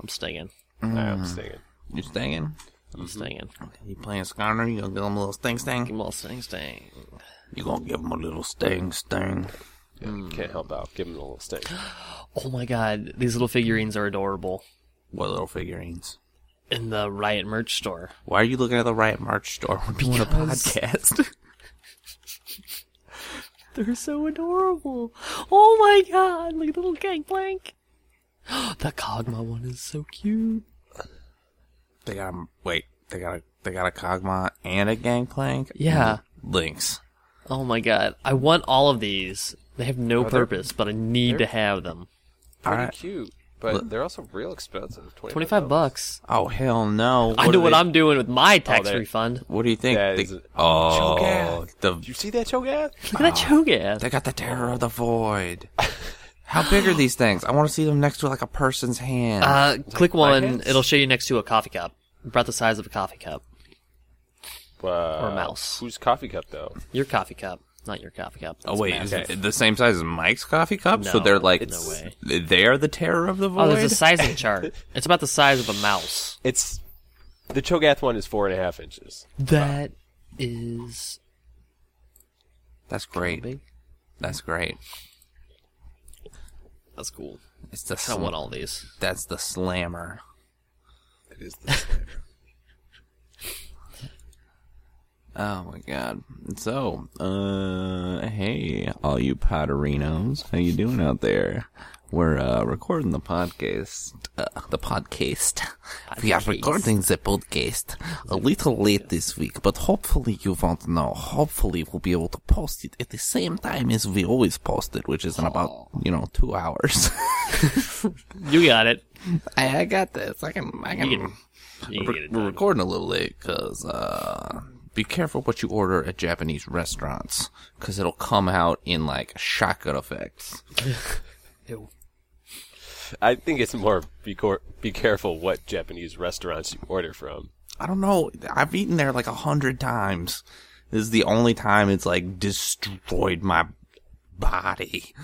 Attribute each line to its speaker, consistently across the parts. Speaker 1: I'm staying. Mm-hmm.
Speaker 2: I'm staying.
Speaker 3: You're staying?
Speaker 1: I'm staying.
Speaker 3: You playing Skarner? You gonna give him a little sting sting?
Speaker 1: Give 'em all staying, staying.
Speaker 3: You gonna give him a little sting sting?
Speaker 2: Yeah, Can't help out. Give him a little steak.
Speaker 1: Oh my god, these little figurines are adorable.
Speaker 3: What little figurines?
Speaker 1: In the Riot merch store.
Speaker 3: Why are you looking at the Riot March store? We're doing a
Speaker 1: Because-
Speaker 3: podcast.
Speaker 1: They're so adorable. Oh my god, look at the little gangplank. the Cogma one is so cute.
Speaker 3: they got a, wait. They got a they got a Kogma and a Gangplank.
Speaker 1: Yeah.
Speaker 3: Mm, Links.
Speaker 1: Oh my god. I want all of these. They have no purpose, but I need to have them.
Speaker 3: All
Speaker 2: Pretty
Speaker 3: right.
Speaker 2: cute, but they're also real expensive. 25,
Speaker 1: 25 bucks.
Speaker 3: Oh hell no!
Speaker 1: I know
Speaker 3: do
Speaker 1: what
Speaker 3: they-
Speaker 1: I'm doing with my tax
Speaker 2: they-
Speaker 1: refund.
Speaker 3: What do you think?
Speaker 2: That
Speaker 3: They-
Speaker 2: is a-
Speaker 3: oh,
Speaker 2: Cho'Gath. Did you
Speaker 3: the,
Speaker 2: see that, Cho'Gath?
Speaker 1: Look at that Cho'Gath.
Speaker 3: they got the Terror of the Void. How big are these things? I want to see them next to like a person's hand.
Speaker 1: Uh, click one.
Speaker 2: buckets?
Speaker 1: It'll show you next to a coffee cup. About the size of a coffee cup.
Speaker 2: Wow.
Speaker 1: mouse.
Speaker 2: Whose coffee cup, though?
Speaker 1: Your coffee cup, not your coffee cup.
Speaker 3: oh
Speaker 1: That's
Speaker 3: wait,
Speaker 1: massive.
Speaker 3: is it the same size as Mike's coffee cup? so
Speaker 1: No,
Speaker 3: they're like,
Speaker 1: no way.
Speaker 3: they are the Terror of the Void.
Speaker 1: Oh, there's a sizing chart. It's about the size of a mouse.
Speaker 2: It's the Cho'Gath one is four and a half inches.
Speaker 1: That is
Speaker 3: That's great.
Speaker 1: big.
Speaker 3: That's great.
Speaker 1: That's cool.
Speaker 3: It's the
Speaker 1: I
Speaker 3: sl-
Speaker 1: want all these.
Speaker 3: that's the slammer.
Speaker 2: It is. The
Speaker 3: Oh my god. So, uh hey, all you Potterinos, how you doing out there? We're uh recording the podcast. Uh, the podcast. We are recording the podcast a little late this week, but hopefully you won't know. Hopefully we'll be able to post it at the same time as we always post it, which is in about, you know, two hours.
Speaker 1: You got it.
Speaker 3: I, I got this. I can, I can.
Speaker 1: You
Speaker 3: Re-
Speaker 1: get it
Speaker 3: we're
Speaker 1: done.
Speaker 3: recording a little late because uh, be careful what you order at Japanese restaurants because it'll come out in like shotgun effects.
Speaker 1: Ew.
Speaker 2: I think it's more be, cor- be careful what Japanese restaurants you order from.
Speaker 3: I don't know. I've eaten there like a hundred times. This is the only time it's like destroyed my body.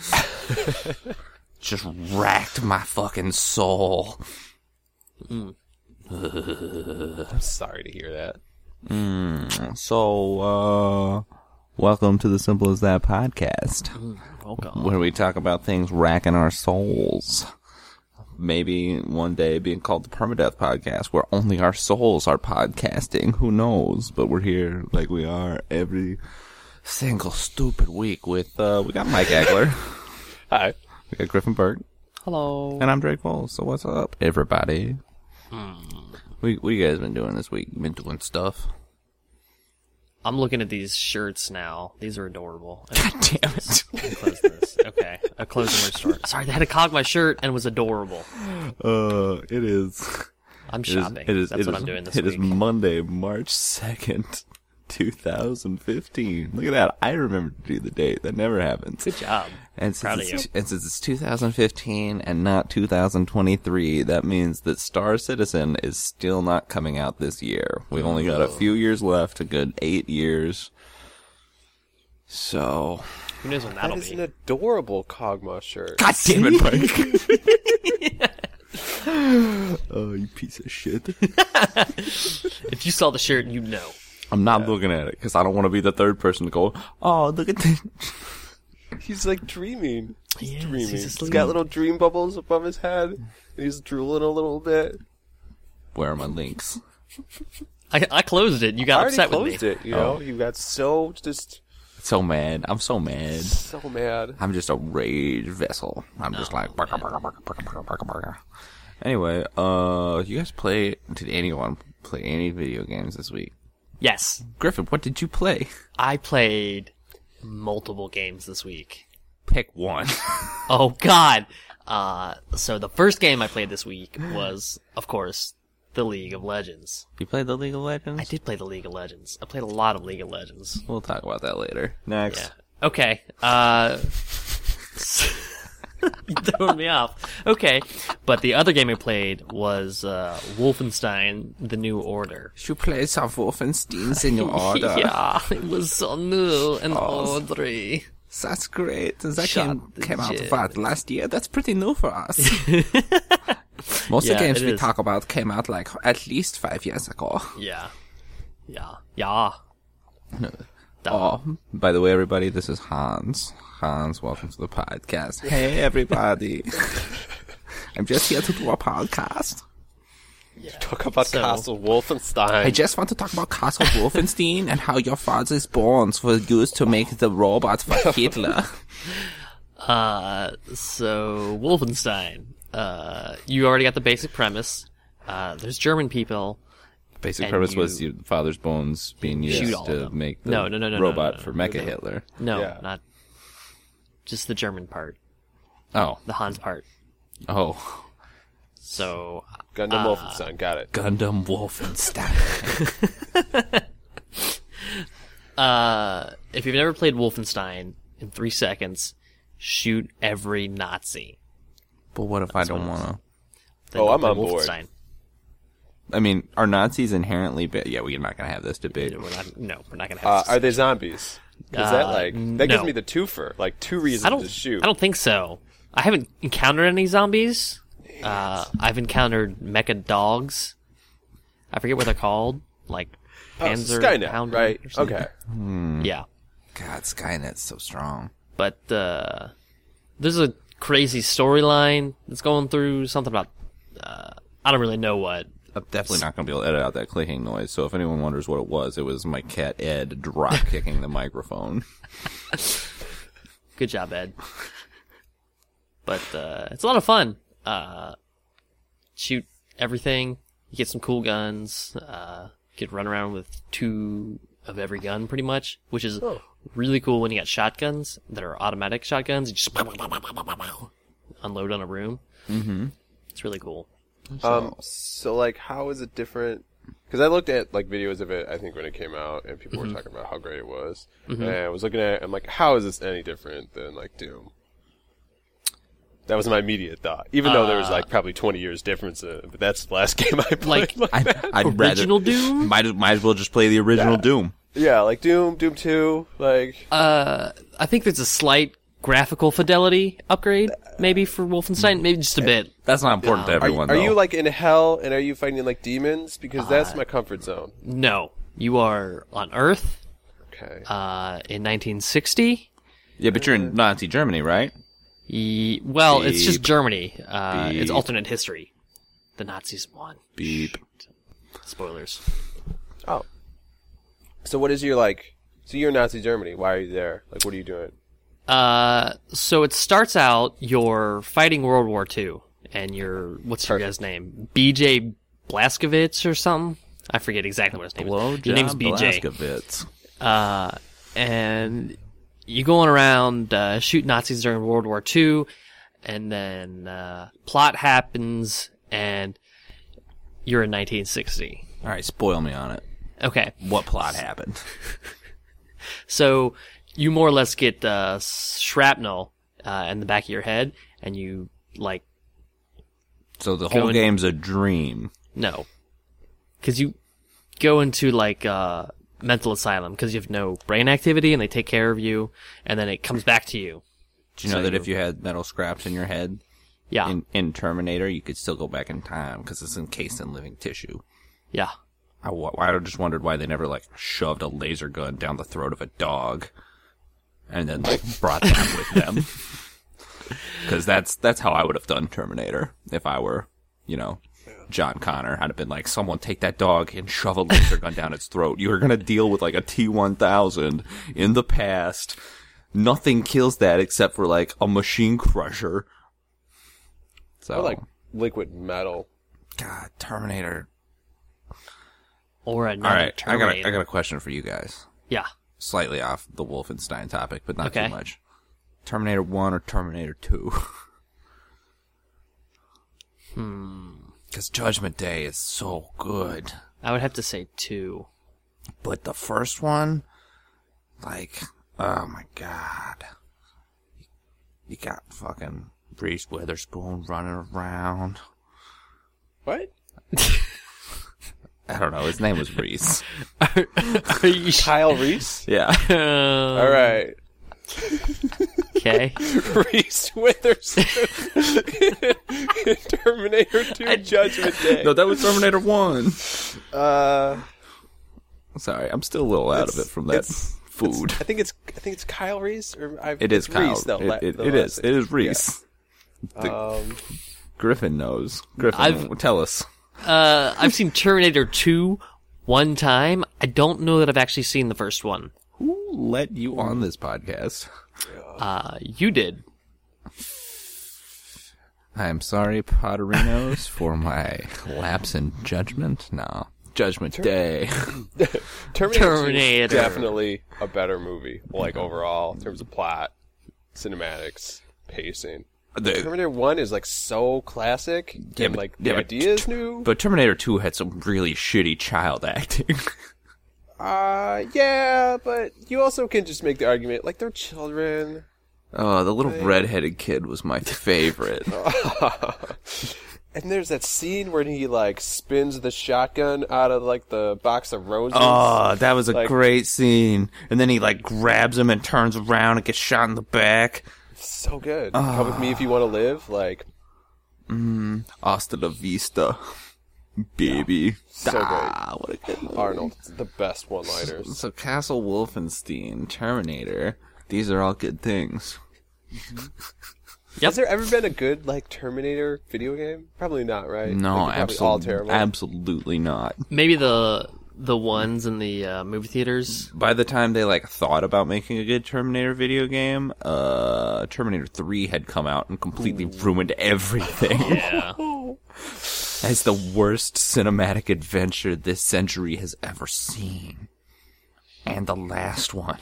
Speaker 3: Just racked my fucking soul.
Speaker 2: I'm sorry to hear that.
Speaker 3: So, uh, welcome to the Simple as That podcast.
Speaker 1: Welcome.
Speaker 3: where we talk about things racking our souls. Maybe one day being called the Permadeath Podcast, where only our souls are podcasting. Who knows? But we're here like we are every single stupid week with, uh, we got Mike Eckler,
Speaker 2: Hi.
Speaker 3: we got Griffin Burke,
Speaker 1: Hello.
Speaker 3: and I'm Drake Foles. So what's up, everybody? We, what you guys been doing this week? You been doing stuff?
Speaker 1: I'm looking at these shirts now. These are adorable.
Speaker 3: Damn it.
Speaker 1: close this. Okay. I closed the merch store. Sorry, they had a cog my shirt and it was adorable.
Speaker 3: Uh, it is.
Speaker 1: I'm
Speaker 3: It is-
Speaker 1: shopping.
Speaker 3: It is,
Speaker 1: That's
Speaker 3: it
Speaker 1: what
Speaker 3: is-
Speaker 1: I'm doing this
Speaker 3: it is
Speaker 1: week.
Speaker 3: Monday, March 2nd, 2015. Look at that. I remember to do the date. That never happens.
Speaker 1: Good job.
Speaker 3: And since,
Speaker 1: Proud of
Speaker 3: it's, and since it's 2015 and not 2023, that means that Star Citizen is still not coming out this year. We've only got a few years left, a good eight years. So.
Speaker 1: Who knows when
Speaker 2: That
Speaker 1: that'll
Speaker 2: is
Speaker 1: be?
Speaker 2: an adorable Kogma shirt.
Speaker 3: God damn it, Mike! oh, you piece of shit.
Speaker 1: If you saw the shirt, you'd know.
Speaker 3: I'm not looking at it because I don't want to be the third person to go, oh, look at this.
Speaker 2: He's like dreaming. He's
Speaker 1: He is.
Speaker 2: dreaming.
Speaker 1: He's
Speaker 2: he's
Speaker 1: asleep.
Speaker 2: got little dream bubbles above his head. And he's drooling a little bit.
Speaker 3: Where are my links?
Speaker 1: I, I closed it. You
Speaker 2: I
Speaker 1: got
Speaker 2: already
Speaker 1: upset
Speaker 2: closed
Speaker 1: with me.
Speaker 2: it. You know, you got so just
Speaker 3: So mad. I'm so mad.
Speaker 2: so mad.
Speaker 3: I'm just a rage vessel. I'm just like, burka, burka, burka, burka, burka, burka, burka. Anyway, uh, you guys play, did anyone play any video games this week?
Speaker 1: Yes.
Speaker 3: Griffin, what did you play?
Speaker 1: I played multiple games this week.
Speaker 3: Pick one.
Speaker 1: Oh God! Uh, so the first game I played this week was, of course, the League of Legends.
Speaker 3: you played the League of Legends?
Speaker 1: I did play the League of Legends. I played a lot of League of Legends.
Speaker 3: We'll talk about that later. Next.
Speaker 1: Yeah. Okay. Uh, you throwing me off. Okay. But the other game I played was uh, Wolfenstein: The New Order.
Speaker 3: You play some Wolfensteins in your order.
Speaker 1: Yeah, it was so new and ordinary.
Speaker 3: That's great. That
Speaker 1: Shot
Speaker 3: came,
Speaker 1: the
Speaker 3: came out
Speaker 1: jet.
Speaker 3: what, last year? That's pretty new for us. Most of
Speaker 1: Yeah,
Speaker 3: the games
Speaker 1: it
Speaker 3: we
Speaker 1: is.
Speaker 3: talk about came out like at least five years ago.
Speaker 1: Yeah. Yeah. Yeah.
Speaker 3: Oh, by the way, everybody, this is Hans. Hans, welcome to the podcast. Hey, everybody. I'm just here to do a podcast.
Speaker 2: Talk about
Speaker 1: So-
Speaker 2: Castle Wolfenstein.
Speaker 3: I just want to talk about Castle Wolfenstein and how your father's bones were used to make the robot for Hitler.
Speaker 1: Uh, so Wolfenstein. Uh, you already got the basic premise. Uh, there's German people.
Speaker 3: Basic
Speaker 1: And
Speaker 3: purpose was
Speaker 1: you-
Speaker 3: your father's bones being
Speaker 1: shoot
Speaker 3: used
Speaker 1: all of
Speaker 3: to
Speaker 1: them.
Speaker 3: make the
Speaker 1: No, no, no, no, no,
Speaker 3: robot
Speaker 1: no, no,
Speaker 3: for
Speaker 1: no,
Speaker 3: Mecha
Speaker 1: no.
Speaker 3: Hitler.
Speaker 1: No,
Speaker 2: Yeah.
Speaker 1: not just the German part,
Speaker 3: Oh,
Speaker 1: the Hans part.
Speaker 3: oh,
Speaker 1: So
Speaker 2: Gundam Wolfenstein. Got it.
Speaker 3: Gundam Wolfenstein.
Speaker 1: uh, if you've never played Wolfenstein, in three seconds, shoot every Nazi.
Speaker 3: but what if I don't want to?
Speaker 1: Then
Speaker 2: Oh,
Speaker 1: you'll
Speaker 2: I'm
Speaker 1: play
Speaker 2: on board.
Speaker 1: Wolfenstein.
Speaker 3: I mean, are Nazis inherently bad? Yeah, we're not gonna have this debate.
Speaker 1: We're not, no, we're not gonna
Speaker 2: Uh,
Speaker 1: have.
Speaker 2: are
Speaker 1: this.
Speaker 2: they zombies? Is that
Speaker 1: Uh,
Speaker 2: like that
Speaker 1: n-
Speaker 2: gives
Speaker 1: no.
Speaker 2: me the twofer, like two reasons
Speaker 1: I don't.
Speaker 2: to shoot.
Speaker 1: I don't think so. I haven't encountered any zombies. Uh, I've encountered mecha dogs. I forget what they're called. Like
Speaker 2: Oh,
Speaker 1: Panzer
Speaker 2: Skynet,
Speaker 1: Pounder
Speaker 2: right?
Speaker 1: or something.
Speaker 2: Okay.
Speaker 1: Yeah.
Speaker 3: God, Skynet's so strong.
Speaker 1: but uh, there's a crazy storyline that's going through something about uh, I don't really know what.
Speaker 3: I'm definitely not going to be able to edit out that clicking noise. So if anyone wonders what it was, it was my cat Ed drop kicking the microphone.
Speaker 1: Good job, Ed. but uh, it's a lot of fun. Uh, shoot everything. You get some cool guns. Uh, you could run around with two of every gun, pretty much, which is really cool when you got shotguns that are automatic shotguns. You just unload on a room. Mm-hmm. It's really cool.
Speaker 2: Um, so like, how is it different? Because I looked at like videos of it, I think when it came out, and people were talking about how great it was, and I was looking at, it, I'm like, how is this any different than like Doom? That was my immediate thought, even though there was like probably 20 years difference. In it, but that's the last game I played.
Speaker 1: Like-
Speaker 2: Like,
Speaker 3: I, I'd
Speaker 1: Original
Speaker 3: rather,
Speaker 1: Doom?
Speaker 3: Might might as well just play the original Doom.
Speaker 2: yeah, like Doom, Doom 2, like
Speaker 1: I think there's a slight graphical fidelity upgrade, maybe for Wolfenstein, maybe just a bit.
Speaker 3: That's not important to
Speaker 2: Are,
Speaker 3: everyone.
Speaker 2: are
Speaker 3: though.
Speaker 2: you like in hell and are you fighting like demons? Because that's my comfort zone.
Speaker 1: No, you are on Earth
Speaker 2: Okay.
Speaker 1: uh, in 1960.
Speaker 3: yeah, but you're in Nazi Germany, right?
Speaker 1: Ye- well, it's just
Speaker 3: Beep.
Speaker 1: Germany. Uh, it's
Speaker 3: Beep.
Speaker 1: alternate history. The Nazis won.
Speaker 3: Beep.
Speaker 1: Spoilers.
Speaker 2: oh. So what is your like? So you're in Nazi Germany. Why are you there? Like, what are you doing?
Speaker 1: Uh, so it starts out you're fighting World War II, and you're what's your guy's name? B.J. Blaskovich or something? I forget exactly what his name is. Your name's B.J.
Speaker 3: Blazkowicz.
Speaker 1: and you're going around uh, shooting Nazis during World War II, and then uh, plot happens, and you're in 1960.
Speaker 3: All right, spoil me on it.
Speaker 1: Okay,
Speaker 3: What plot happened?
Speaker 1: so you more or less get uh, shrapnel uh, in the back of your head, and you like
Speaker 3: So the whole
Speaker 1: Going-
Speaker 3: game's a dream.
Speaker 1: no, because you go into like uh, mental asylum because you have no brain activity, and they take care of you, and then it comes back to you.
Speaker 3: Do you know that if you had metal scraps in your head
Speaker 1: Yeah,
Speaker 3: in, in Terminator, you could still go back in time because it's encased in living tissue.
Speaker 1: yeah.
Speaker 3: I, wa- I just wondered why they never like shoved a laser gun down the throat of a dog, and then like brought that with them. Because that's that's how I would have done Terminator if I were, you know, John Connor. I'd have been like, someone take that dog and shove a laser gun down its throat. You're gonna deal with like a T one thousand in the past. Nothing kills that except for like a machine crusher. So
Speaker 2: Or, like liquid metal.
Speaker 3: God, Terminator.
Speaker 1: Or another
Speaker 3: All right, I got
Speaker 1: Terminator.
Speaker 3: a, I got a question for you guys.
Speaker 1: Yeah.
Speaker 3: slightly off the Wolfenstein topic, but not
Speaker 1: Okay.
Speaker 3: too much. Terminator 1 or Terminator 2? hmm. Because Hmm. Judgment Day is so good.
Speaker 1: I would have to say two.
Speaker 3: But the first one, like, oh my god. You got fucking Reese Witherspoon running around.
Speaker 2: What?
Speaker 3: I don't know, his name was Reese.
Speaker 2: Kyle Reese?
Speaker 3: yeah.
Speaker 2: All right.
Speaker 1: Okay.
Speaker 2: Reese Witherspoon in Terminator 2 Judgment Day.
Speaker 3: No, that was Terminator One.
Speaker 2: uh,
Speaker 3: Sorry, I'm still a little out of it
Speaker 2: It's-
Speaker 3: from that
Speaker 2: it's-
Speaker 3: food.
Speaker 2: I think it's I think it's Kyle Reese or I,
Speaker 3: It is
Speaker 2: it's
Speaker 3: Kyle.
Speaker 2: Reese, though,
Speaker 3: it,
Speaker 2: la-
Speaker 3: it-
Speaker 2: the
Speaker 3: it
Speaker 2: last
Speaker 3: is.
Speaker 2: name.
Speaker 3: It is Reese. The
Speaker 2: Um,
Speaker 3: Griffin knows. Griffin,
Speaker 1: I've-
Speaker 3: tell us.
Speaker 1: Uh, I've seen Terminator 2 one time. I don't know that I've actually seen the first one.
Speaker 3: Who let you on this podcast?
Speaker 1: Uh, you did.
Speaker 3: I'm sorry, Potterinos, for my lapse in judgment. No. Judgment Day.
Speaker 2: Terminator, 2 is
Speaker 1: Terminator.
Speaker 2: definitely a better movie, like overall in terms of plot, cinematics, pacing.
Speaker 3: The-
Speaker 2: Terminator One is like so classic,
Speaker 3: Yeah,
Speaker 2: and
Speaker 3: but-
Speaker 2: like
Speaker 3: yeah,
Speaker 2: the
Speaker 3: but-
Speaker 2: idea is new.
Speaker 3: but Terminator 2 had some really shitty child acting.
Speaker 2: uh, yeah, but you also can just make the argument like they're children.
Speaker 3: oh, the little redheaded kid was my favorite. Oh,
Speaker 2: And there's that scene where he like spins the shotgun out of like the box of roses.
Speaker 3: Oh, that was a
Speaker 2: Like-
Speaker 3: great scene. And then he like grabs him and turns around and gets shot in the back.
Speaker 2: so good. Come with me if you want to live. Like
Speaker 3: Hasta la vista, baby.
Speaker 2: So great.
Speaker 3: Ah, what a good movie.
Speaker 2: Arnold, it's the best one-liners.
Speaker 3: So Castle Wolfenstein, Terminator, these are all good things.
Speaker 2: Has there ever been a good like Terminator video game? Probably not, right?
Speaker 3: No,
Speaker 2: Like, they're probably
Speaker 3: absolutely,
Speaker 2: all terrible.
Speaker 3: absolutely not.
Speaker 1: Maybe the the ones in the uh, movie theaters.
Speaker 3: By the time they like thought about making a good Terminator video game, uh, Terminator Three had come out and completely ruined everything.
Speaker 1: Yeah.
Speaker 3: as the worst cinematic adventure this century has ever seen. And the last one.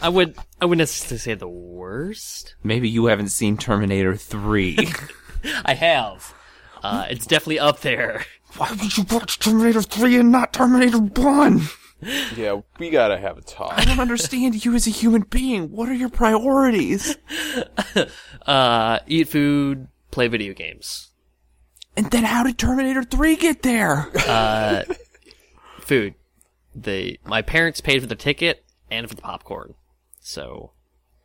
Speaker 1: I would I wouldn't necessarily say the worst.
Speaker 3: Maybe you haven't seen Terminator 3.
Speaker 1: I have. Uh, it's definitely up there.
Speaker 3: Why would you watch Terminator 3 and not Terminator 1?
Speaker 2: yeah, we gotta have a talk.
Speaker 3: I don't understand you as a human being. What are your priorities?
Speaker 1: Uh, eat food, play video games.
Speaker 3: And then how did Terminator 3 get there?
Speaker 1: Food. They my parents paid for the ticket and for the popcorn. So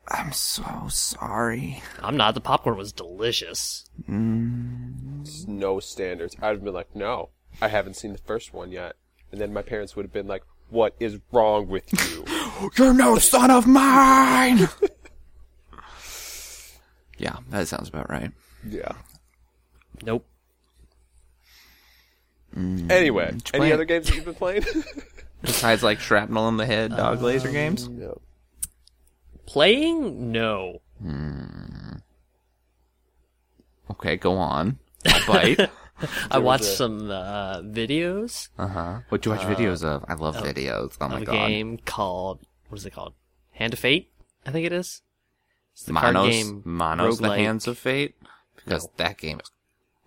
Speaker 3: I'm so sorry.
Speaker 1: I'm not. The popcorn was delicious.
Speaker 2: There's no standards. I'd have been like, no, I haven't seen the first one yet. And then my parents would have been like, what is wrong with you?
Speaker 3: You're no son of mine! yeah, that sounds about right.
Speaker 2: yeah.
Speaker 1: Nope. Mm,
Speaker 2: Anyway, any
Speaker 3: play-
Speaker 2: other games that you've been playing?
Speaker 3: Besides, like, shrapnel in the head, dog laser games?
Speaker 2: no.
Speaker 1: Playing? No.
Speaker 3: Okay, go on. I bite.
Speaker 1: I watched some uh, videos
Speaker 3: uh huh. What do you watch videos of? I love videos. Oh my
Speaker 1: of a
Speaker 3: god.
Speaker 1: game called what is it called? Hand of Fate, I think it is. It's the
Speaker 3: Manos,
Speaker 1: card game.
Speaker 3: Manos, the
Speaker 1: roguelike-
Speaker 3: Hands of Fate, because that game is,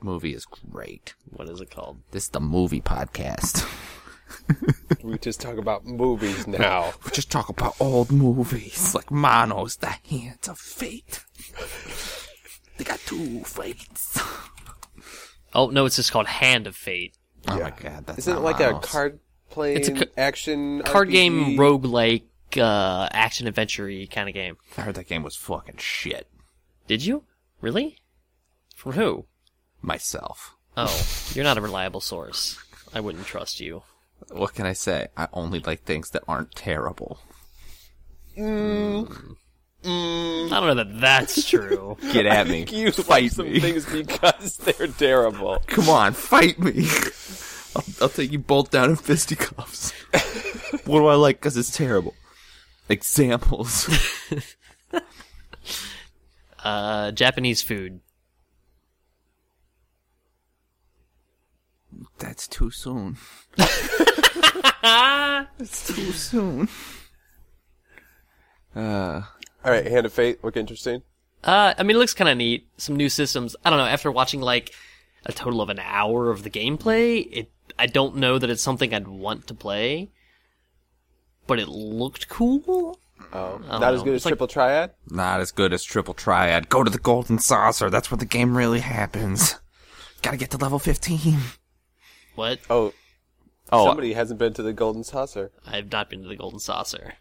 Speaker 3: movie is great.
Speaker 1: What is it called?
Speaker 3: This is the movie podcast.
Speaker 2: We just talk about movies now.
Speaker 3: we just talk about old movies like Manos, the Hands of Fate. they got two fates.
Speaker 1: Oh no, it's just called Hand of Fate.
Speaker 3: Oh my
Speaker 2: Yeah.
Speaker 3: god, that's
Speaker 2: Isn't it
Speaker 3: not
Speaker 2: like a
Speaker 3: Manos.
Speaker 2: card playing
Speaker 1: It's a ca-
Speaker 2: action
Speaker 1: Card
Speaker 2: RPG?
Speaker 1: game, roguelike, uh, action adventure kind of game.
Speaker 3: I heard that game was fucking shit.
Speaker 1: Did you really? From who?
Speaker 3: Myself.
Speaker 1: Oh, you're not a reliable source. I wouldn't trust you.
Speaker 3: What can I say? I only like things that aren't terrible.
Speaker 1: I don't know that that's true.
Speaker 3: Get at me.
Speaker 2: You like
Speaker 3: Fight
Speaker 2: some
Speaker 3: me.
Speaker 2: things because they're terrible.
Speaker 3: Come on, fight me. I'll, I'll take you both down in fisticuffs. what do I like? Because it's terrible. Examples.
Speaker 1: uh, Japanese food.
Speaker 3: That's too soon. it's too soon.
Speaker 2: All right, Hand of Fate, look interesting.
Speaker 1: Uh, I mean, it looks kind of neat. Some new systems. I don't know. After watching like a total of an hour of the gameplay, it I don't know that it's something I'd want to play, but it looked cool.
Speaker 2: Oh, not
Speaker 1: don't
Speaker 2: as
Speaker 1: know.
Speaker 2: good as
Speaker 1: It's like-
Speaker 2: Triple Triad.
Speaker 3: Not as good as Triple Triad. Go to the Golden Saucer. That's where the game really happens. Gotta get to level 15.
Speaker 1: What?
Speaker 2: Oh,
Speaker 3: Oh,
Speaker 2: somebody hasn't been to the Golden Saucer.
Speaker 1: I've not been to the Golden Saucer.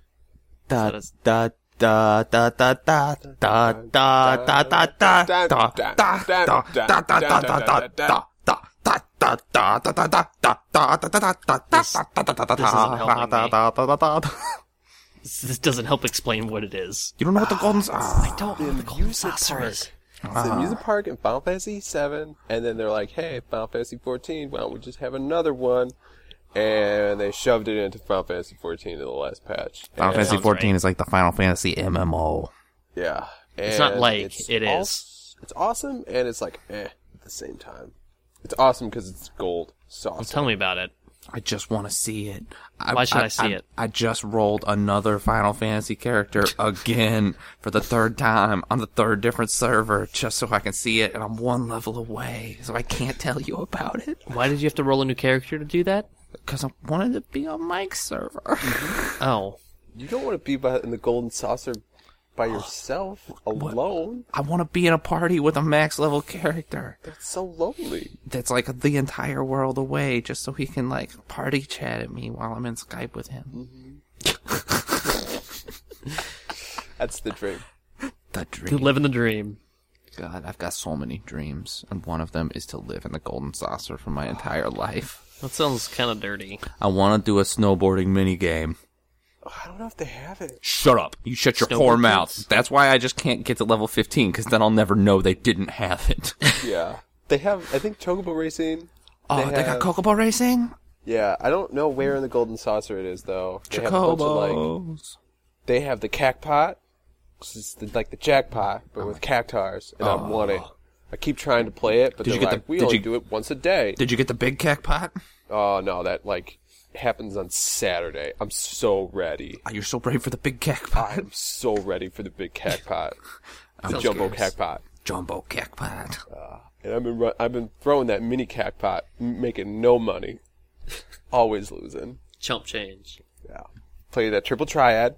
Speaker 3: da,
Speaker 1: that's-
Speaker 3: da,
Speaker 1: da da da da da da da da da da da da da da da da da da da. This doesn't help explain what it is.
Speaker 3: You don't know what the golden saucer.
Speaker 1: I don't know the golden saucer is.
Speaker 2: It's
Speaker 3: Uh-huh.
Speaker 2: the music park in Final Fantasy VII, and then they're like, "Hey, Final Fantasy 14, why don't we just have another one?" And they shoved it into Final Fantasy 14 in the last patch.
Speaker 3: Final
Speaker 2: And-
Speaker 3: Fantasy
Speaker 1: sounds
Speaker 3: 14
Speaker 1: right.
Speaker 3: is like the Final Fantasy MMO.
Speaker 2: Yeah, it's
Speaker 1: not like, it
Speaker 2: al-
Speaker 1: is.
Speaker 2: It's awesome, and it's like eh at the same time. It's awesome because it's gold sauce.
Speaker 1: Tell me about it.
Speaker 3: I just want to see it.
Speaker 1: Why should I see it?
Speaker 3: I just rolled another Final Fantasy character again for the third time on the third different server just so I can see it, and I'm one level away, so I can't tell you about it
Speaker 1: Why did you have to roll a new character to do that?
Speaker 3: because I wanted to be on Mike's server.
Speaker 1: Oh,
Speaker 2: you don't want to be by, in the golden saucer by yourself alone.
Speaker 3: I want to be in a party with a max level character
Speaker 2: That's so lonely.
Speaker 3: that's like the entire world away just so he can like party chat at me while I'm in Skype with him.
Speaker 2: That's the dream.
Speaker 3: The dream.
Speaker 1: you're living the dream.
Speaker 3: God, I've got so many dreams, and one of them is to live in the golden saucer for my entire life.
Speaker 1: That sounds kind of dirty.
Speaker 3: I want to do a snowboarding mini game.
Speaker 2: Oh, I don't know if they have it.
Speaker 3: Shut up! You shut your whore
Speaker 1: Snowboard
Speaker 3: mouth.
Speaker 1: games?
Speaker 3: That's why I just can't get to level fifteen, because then I'll never know they didn't have it.
Speaker 2: Yeah, they have. I think Chocobo Racing.
Speaker 3: oh, they, got
Speaker 2: have-
Speaker 3: Kokobo racing.
Speaker 2: Yeah, I don't know where in the Golden Saucer it is though. They have a bunch of, like-
Speaker 3: Chocobos.
Speaker 2: they have the cacpot, which is the, like the jackpot, but
Speaker 3: Oh
Speaker 2: with cactars, and I want it. I keep trying to play it, but they're
Speaker 3: Did you get the-
Speaker 2: like, we
Speaker 3: did
Speaker 2: only
Speaker 3: you-
Speaker 2: do it once a day.
Speaker 3: Did you get the big cacpot?
Speaker 2: oh no, that like happens on Saturday. I'm so ready.
Speaker 3: Oh, you're so brave for the big cacpot,
Speaker 2: I'm so ready for the big cacpot, the
Speaker 3: Sounds
Speaker 2: jumbo
Speaker 3: gross.
Speaker 2: cacpot.
Speaker 3: jumbo cacpot.
Speaker 2: And I've been run- I've been throwing that mini cacpot, m- making no money, always losing.
Speaker 1: Chump change.
Speaker 2: Yeah, play that triple triad.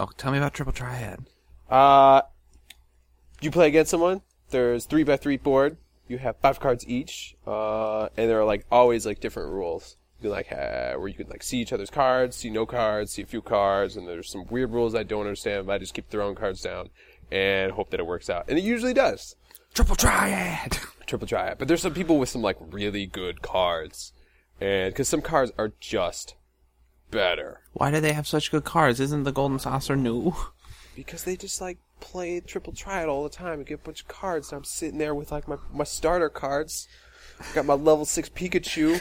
Speaker 3: Oh, tell me about triple triad.
Speaker 2: Uh, you play against someone. There's three by three board. You have five cards each, uh, and there are like always like different rules. You can, like ha where you can like see each other's cards, see no cards, see a few cards, and there's some weird rules I don't understand. But I just keep throwing cards down and hope that it works out, and it usually does.
Speaker 3: Triple triad.
Speaker 2: Triple triad, but there's some people with some like really good cards, and because some cards are just better
Speaker 3: Why do they have such good cards? Isn't the golden saucer new?
Speaker 2: because they just like play triple triad all the time and get a bunch of cards. And I'm sitting there with like my, my starter cards. I got my level six Pikachu,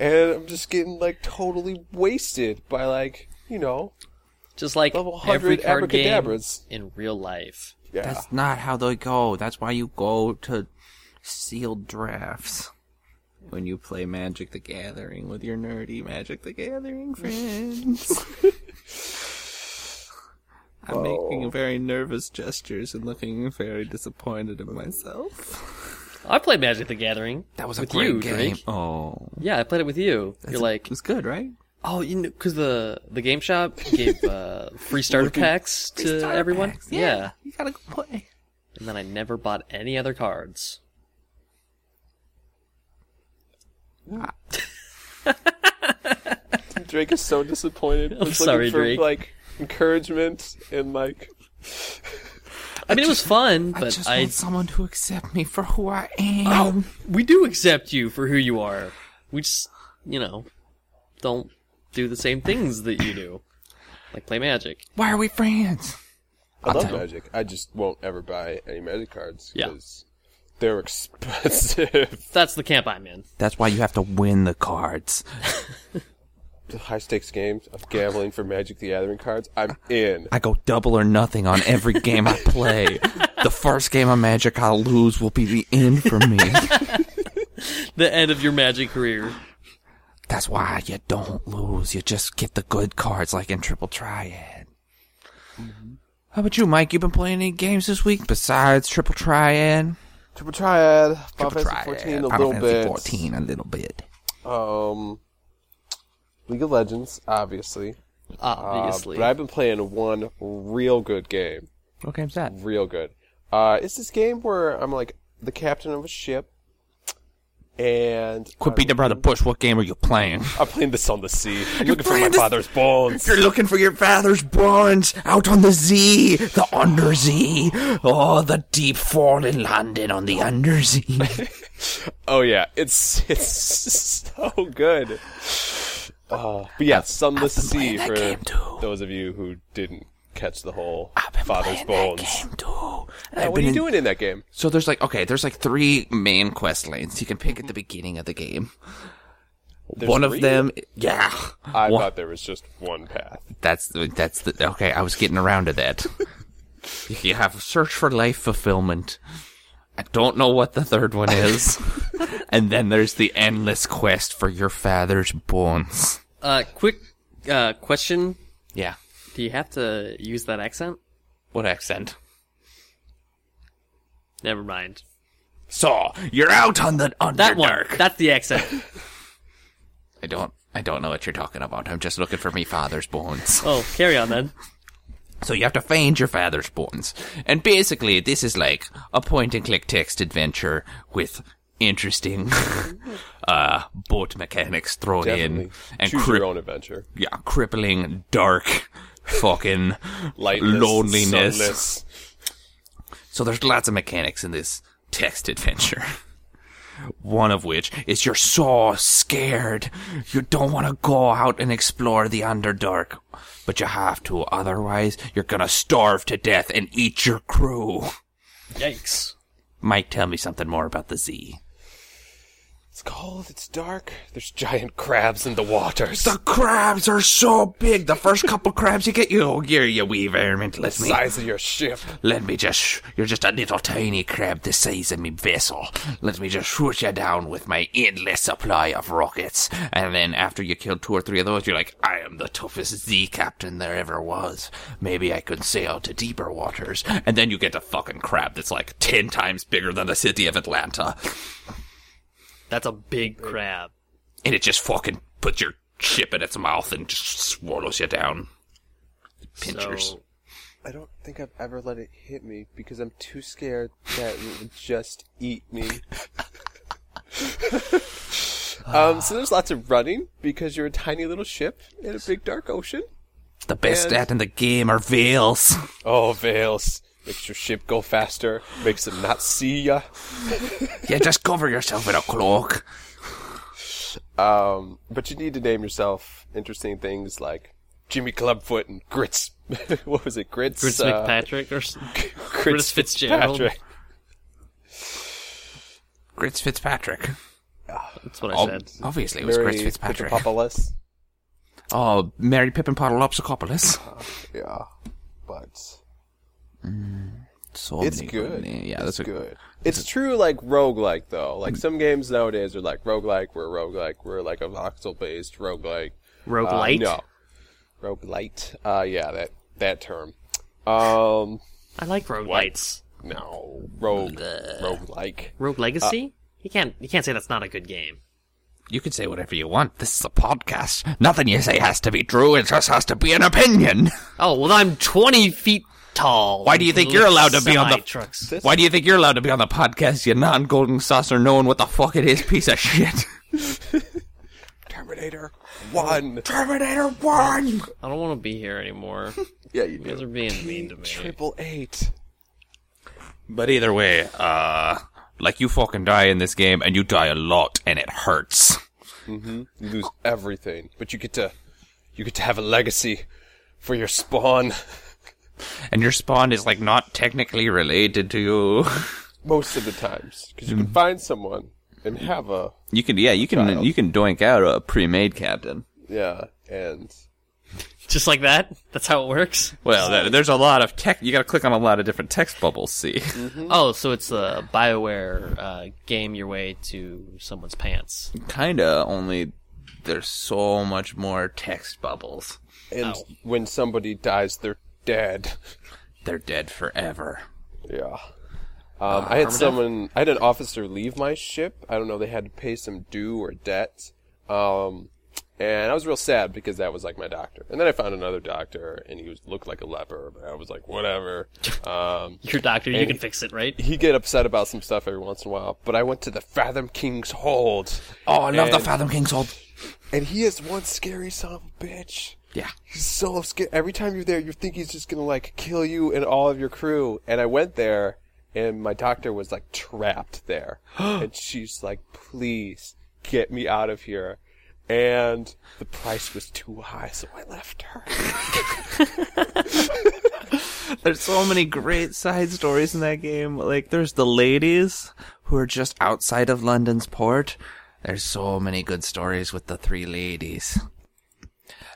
Speaker 2: and I'm just getting like totally wasted by like you know
Speaker 1: Just like
Speaker 2: Level 100
Speaker 1: every card game
Speaker 2: abracadabras.
Speaker 1: in real life.
Speaker 2: yeah
Speaker 3: That's not how they go. That's why you go to sealed drafts when you play Magic the Gathering with your nerdy Magic the Gathering friends. I'm making very nervous gestures and looking very disappointed in myself.
Speaker 1: I played Magic the Gathering.
Speaker 3: That was a
Speaker 1: with
Speaker 3: great
Speaker 1: you,
Speaker 3: game.
Speaker 1: Drake.
Speaker 3: Oh,
Speaker 1: Yeah, I played it with you. You're like,
Speaker 3: it was good, right?
Speaker 1: oh, you know, because the the game shop gave uh, free starter packs to
Speaker 3: Starter
Speaker 1: everyone.
Speaker 3: packs,
Speaker 1: Yeah.
Speaker 3: you gotta go play.
Speaker 1: and then I never bought any other cards.
Speaker 2: Drake is so disappointed. I'm
Speaker 1: sorry,
Speaker 2: for,
Speaker 1: Drake.
Speaker 2: Like encouragement and like
Speaker 1: I mean, it was fun,
Speaker 3: I
Speaker 1: but
Speaker 3: just
Speaker 1: I,
Speaker 3: want someone to accept me for who I am.
Speaker 1: we do accept you for who you are. We just, you know, don't do the same things that you do, like play Magic.
Speaker 3: Why are we friends?
Speaker 2: I love
Speaker 3: tell you.
Speaker 2: magic. I just won't ever buy any magic cards
Speaker 1: Yeah.
Speaker 2: because they're expensive.
Speaker 1: That's the camp I'm in.
Speaker 3: That's why you have to win the cards.
Speaker 2: High stakes games. I'm gambling for Magic the Gathering cards. I'm in.
Speaker 3: I go double or nothing on every game I play. the first game of Magic I lose will be the end for me.
Speaker 1: The end of your Magic career.
Speaker 3: That's why you don't lose. You just get the good cards like in Triple Triad. How about you, Mike? You been playing any games this week besides Triple Triad?
Speaker 2: Triple Triad, Final
Speaker 3: Triple
Speaker 2: Fantasy
Speaker 3: Triad,
Speaker 2: 14 a
Speaker 3: Final
Speaker 2: little
Speaker 3: Fantasy
Speaker 2: bit.
Speaker 3: 14 a little bit.
Speaker 2: Um, League of Legends, obviously.
Speaker 1: Obviously,
Speaker 2: But I've been playing one real good game.
Speaker 3: What game's that?
Speaker 2: Real good. Uh, it's this game where I'm like the captain of a ship, and
Speaker 3: Quit beating around the bush. What game are you playing?
Speaker 2: I'm playing this on the sea. I'm looking for my
Speaker 3: playing this-
Speaker 2: father's bones.
Speaker 3: You're looking for your father's bones out on the Z, the under Z, oh, the deep fall in London on the under Z.
Speaker 2: Oh yeah, it's it's so good. Uh, but yeah, Sun the Sea
Speaker 3: playing that
Speaker 2: for
Speaker 3: game, too.
Speaker 2: those of you who didn't catch the whole father's bones. Yeah, what are
Speaker 3: been
Speaker 2: you
Speaker 3: in-
Speaker 2: doing in that game?
Speaker 3: So there's like okay, there's like three main quest lanes you can pick at the beginning of the game.
Speaker 2: There's
Speaker 3: One
Speaker 2: three?
Speaker 3: of them, yeah,
Speaker 2: I
Speaker 3: One-
Speaker 2: thought there was just one path.
Speaker 3: that's the- that's the okay. I was getting around to that. you have search for life fulfillment. I don't know what the third one is, and then there's the endless quest for your father's bones.
Speaker 1: Uh, quick uh, question:
Speaker 3: Yeah,
Speaker 1: Do you have to use that accent?
Speaker 3: what accent?
Speaker 1: Never mind.
Speaker 3: So you're out on the underdark.
Speaker 1: That one. That's the accent.
Speaker 3: I don't. I don't know what you're talking about. I'm just looking for me father's bones.
Speaker 1: Oh, carry on then.
Speaker 3: So you have to find your father's bones. And basically, this is like a point and click text adventure with interesting uh, boat mechanics thrown
Speaker 2: Definitely.
Speaker 3: in and
Speaker 2: Choose
Speaker 3: cri-
Speaker 2: your own adventure.
Speaker 3: yeah, crippling, dark, fucking
Speaker 2: Lightless,
Speaker 3: loneliness.
Speaker 2: sunless.
Speaker 3: So there's lots of mechanics in this text adventure. One of which is you're so scared. You don't want to go out and explore the Underdark. But you have to, otherwise, you're gonna starve to death and eat your crew.
Speaker 1: Yikes.
Speaker 3: Mike, tell me something more about the Z.
Speaker 2: It's cold. It's dark. There's giant crabs in the waters.
Speaker 3: The crabs are so big. The first couple crabs you get, you, you're you wee vermin. Let me,
Speaker 2: Size of your ship.
Speaker 3: let me just. You're just a little tiny crab the size of me vessel. Let me just shoot you down with my endless supply of rockets. And then after you kill two or three of those, you're like, I am the toughest Z captain there ever was. Maybe I could sail to deeper waters. And then you get a fucking crab that's like ten times bigger than the city of Atlanta.
Speaker 1: That's a big crab.
Speaker 3: and it just fucking puts your chip in its mouth and just swallows you down. Pinchers.
Speaker 1: So,
Speaker 2: I don't think I've ever let it hit me because I'm too scared that it would just eat me. um, so there's lots of running because you're a tiny little ship in a big dark ocean.
Speaker 3: the best
Speaker 2: and-
Speaker 3: stat in the game are veils.
Speaker 2: Oh, veils. Makes your ship go faster, makes them not see ya.
Speaker 3: yeah, just cover yourself in a cloak.
Speaker 2: Um, but you need to name yourself interesting things like Jimmy Clubfoot and Grits. what was it? Grits?
Speaker 1: Bruce
Speaker 2: uh,
Speaker 1: McPatrick or something.
Speaker 2: Grits
Speaker 1: Fitzgerald.
Speaker 2: Fitzpatrick.
Speaker 3: Grits Fitzpatrick.
Speaker 1: That's what I
Speaker 3: Ob-
Speaker 1: said.
Speaker 3: obviously, it was Grits
Speaker 2: Mary
Speaker 3: Fitzpatrick.
Speaker 2: Pippinopoulos.
Speaker 3: Oh, Mary Pippin Pottlopsicopoulos.
Speaker 2: Yeah, but
Speaker 3: So
Speaker 2: it's
Speaker 3: many
Speaker 2: good.
Speaker 3: names. Yeah,
Speaker 2: it's
Speaker 3: that's a-
Speaker 2: good. It's true, like roguelike though. Like some games nowadays are like roguelike. We're roguelike. We're like a voxel based roguelike. Uh,
Speaker 1: Roguelite?
Speaker 2: No, roguelite. Uh, yeah, that that term. Um,
Speaker 1: I like Rogue Lights.
Speaker 2: no, rogue roguelike.
Speaker 1: Rogue Legacy?
Speaker 2: Uh,
Speaker 1: you can't you can't say that's not a good game.
Speaker 3: You can say whatever you want. This is a podcast. Nothing you say has to be true. It just has to be an opinion.
Speaker 1: Oh well I'm twenty feet tall.
Speaker 3: Why do you think you're allowed to be on the-
Speaker 1: trucks?
Speaker 3: Why do you think you're allowed to be on the podcast, you non-golden saucer knowing what the fuck it is, piece of shit?
Speaker 2: Terminator One.
Speaker 3: Terminator 1!
Speaker 1: I don't want to be here anymore. You
Speaker 2: Yeah, you
Speaker 1: guys
Speaker 2: do.
Speaker 1: are being mean to me.
Speaker 2: Triple eight.
Speaker 3: But either way, uh, like you fucking die in this game, and you die a lot, and it hurts.
Speaker 2: You lose everything, but you get to you get to have a legacy for your spawn.
Speaker 3: And your spawn is like not technically related to you.
Speaker 2: most of the times because you can find someone and have a
Speaker 3: You can, yeah, you can, you can doink out a pre-made captain.
Speaker 2: yeah and
Speaker 1: Just like that? That's how it works?
Speaker 3: Well, there- there's a lot of tech. You got to click on a lot of different text bubbles. See,
Speaker 1: Oh, so it's a Bioware uh, game your way to someone's pants.
Speaker 3: kinda. Only there's so much more text bubbles.
Speaker 2: and when somebody dies they're dead
Speaker 3: They're dead forever.
Speaker 2: yeah um, I had someone I had an officer leave my ship I don't know they had to pay some due or debt um, And I was real sad because that was like my doctor. And then I found another doctor, and he was, looked like a leper. But I was like, whatever. Um,
Speaker 1: Your doctor, you
Speaker 2: And-
Speaker 1: can fix it, right?
Speaker 2: he get upset about some stuff every once in a while. But I went to the Fathom King's Hold,
Speaker 3: Oh, I love the
Speaker 2: And-
Speaker 3: Fathom King's hold.
Speaker 2: and he is one scary son of a bitch.
Speaker 3: Yeah.
Speaker 2: He's so scared. Every time you're there, you think he's just gonna like kill you and all of your crew. And I went there, and my doctor was like trapped there, and she's like, "Please get me out of here." And the price was too high, so I left her.
Speaker 3: There's so many great side stories in that game. Like, there's the ladies who are just outside of London's port. There's so many good stories with the three ladies.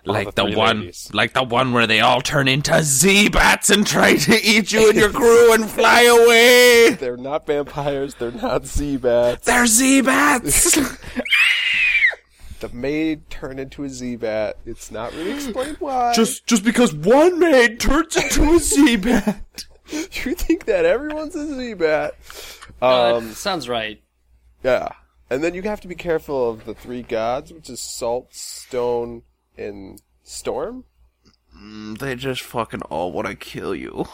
Speaker 3: Like
Speaker 2: the
Speaker 3: the,
Speaker 2: three
Speaker 3: one,
Speaker 2: ladies.
Speaker 3: like the one where they all turn into z bats and try to eat you and your crew and fly away.
Speaker 2: They're not vampires. They're not sea bats.
Speaker 3: They're z bats.
Speaker 2: The maid turned into a Z bat. It's not really explained why.
Speaker 3: just because one maid turns into a z bat.
Speaker 2: you think that everyone's a Z bat.
Speaker 1: Uh,
Speaker 2: Um,
Speaker 1: sounds right.
Speaker 2: yeah. And then you have to be careful of the three gods, which is salt, stone, and storm.
Speaker 3: They just fucking all want to kill you.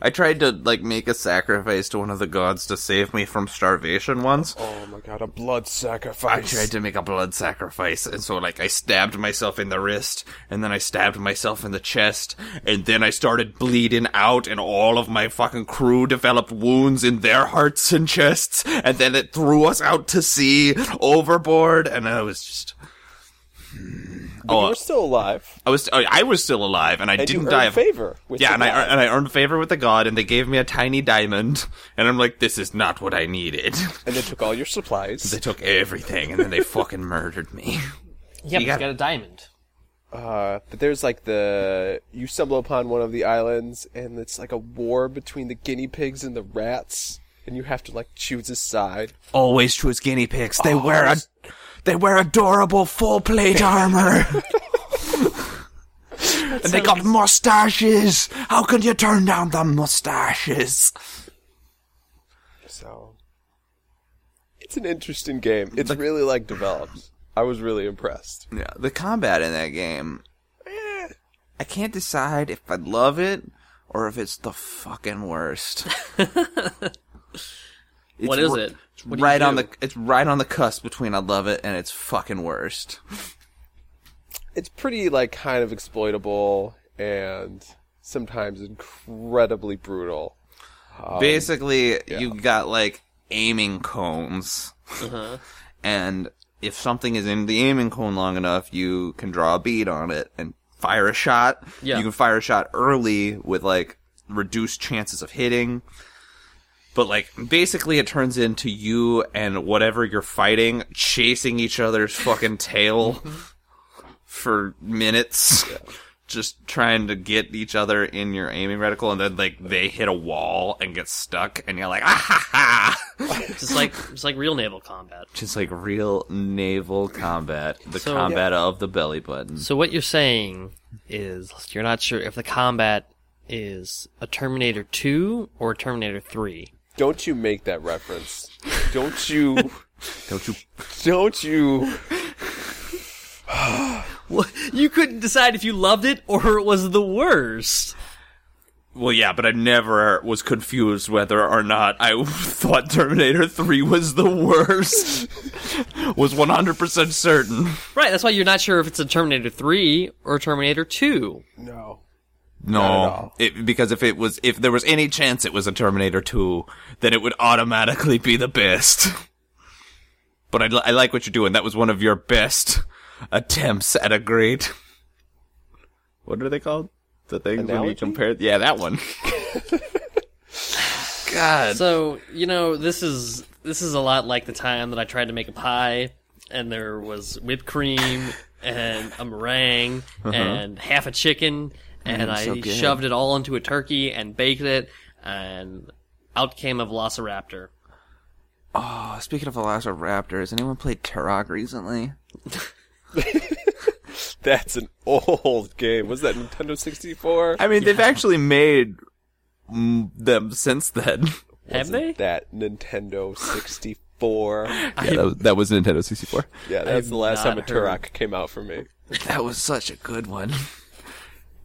Speaker 3: I tried to like make a sacrifice to one of the gods to save me from starvation once.
Speaker 2: Oh my god, a blood
Speaker 3: I
Speaker 2: sacrifice.
Speaker 3: tried to make a blood sacrifice, and so like I stabbed myself in the wrist, and then I stabbed myself in the chest, and then I started bleeding out, and all of my fucking crew developed wounds in their hearts and chests, and then it threw us out to sea overboard, and I was just.
Speaker 2: But
Speaker 3: Oh,
Speaker 2: You're still alive.
Speaker 3: I was oh, I was still alive, and I
Speaker 2: And
Speaker 3: didn't
Speaker 2: you earned
Speaker 3: die. of-
Speaker 2: favor. With
Speaker 3: yeah,
Speaker 2: the
Speaker 3: and I
Speaker 2: gods.
Speaker 3: and I earned favor with the god, and they gave me a tiny diamond, and I'm like, this is not what I needed.
Speaker 2: and they took all your supplies.
Speaker 3: they took everything, and then they fucking murdered me.
Speaker 1: Yeah, but
Speaker 3: got-
Speaker 1: he's got a diamond.
Speaker 2: Uh, but there's like the you stumble upon one of the islands, and it's like a war between the guinea pigs and the rats, and you have to like choose a side.
Speaker 3: Always choose guinea pigs. They wear a they wear adorable full plate armor. And they got mustaches. How could you turn down the mustaches?
Speaker 2: So it's an interesting game. It's really like developed. I was really impressed.
Speaker 3: Yeah, the combat in that game. eh, I can't decide if I love it or if it's the fucking worst. It's
Speaker 1: What is
Speaker 3: ri-
Speaker 1: it?
Speaker 3: it's
Speaker 1: What do you
Speaker 3: right on
Speaker 1: do?
Speaker 3: the it's right on the cusp between I love it and it's fucking worst.
Speaker 2: It's pretty like kind of exploitable and sometimes incredibly brutal.
Speaker 3: Basically, you got like aiming cones. and if something is in the aiming cone long enough, you can draw a bead on it and fire a shot.
Speaker 1: Yeah.
Speaker 3: You can fire a shot early with like reduced chances of hitting. But like basically it turns into you and whatever you're fighting chasing each other's fucking tail for minutes. Just trying to get each other in your aiming reticle, and then like they hit a wall and get stuck, and you're like, ah ha ha!
Speaker 1: It's just like it's like real naval combat.
Speaker 3: Just like real naval combat, the
Speaker 1: So-
Speaker 3: combat of the belly button.
Speaker 1: So what you're saying is you're not sure if the combat is a Terminator 2 or a Terminator 3.
Speaker 2: Don't you make that reference. Don't you
Speaker 3: Don't you?
Speaker 2: don't you
Speaker 1: You couldn't decide if you loved it or it was the worst.
Speaker 3: Well, yeah, but I never was confused whether or not I thought Terminator Three was the worst. was one hundred percent certain.
Speaker 1: Right, that's why you're not sure if it's a Terminator 3 or Terminator 2.
Speaker 2: No. Not at
Speaker 3: No,
Speaker 2: all.
Speaker 3: it, because if it was, if there was any chance it was a Terminator 2, then it would automatically be the best. But I, li- I like what you're doing. That was one of your best attempts at a great. What are they called? The things when you
Speaker 2: Analogy?
Speaker 3: compare. Yeah, that one. God.
Speaker 1: So, you know, this is this is a lot like the time that I tried to make a pie and there was whipped cream and a meringue and half a chicken and I
Speaker 3: Uh-huh. Mm, so good.
Speaker 1: shoved it all into a turkey and baked it and out came a velociraptor.
Speaker 3: Oh, speaking of Velociraptor, has anyone played Turok recently?
Speaker 2: That's an old game. Was that Nintendo 64?
Speaker 3: I mean, they've actually made mm, them since then.
Speaker 1: Have they?
Speaker 2: That Nintendo 64. four.
Speaker 3: Yeah, that was, that was Nintendo 64.
Speaker 2: Yeah, that's the last
Speaker 1: not
Speaker 2: time a
Speaker 1: heard.
Speaker 2: Turok came out for me.
Speaker 3: That was such a good one.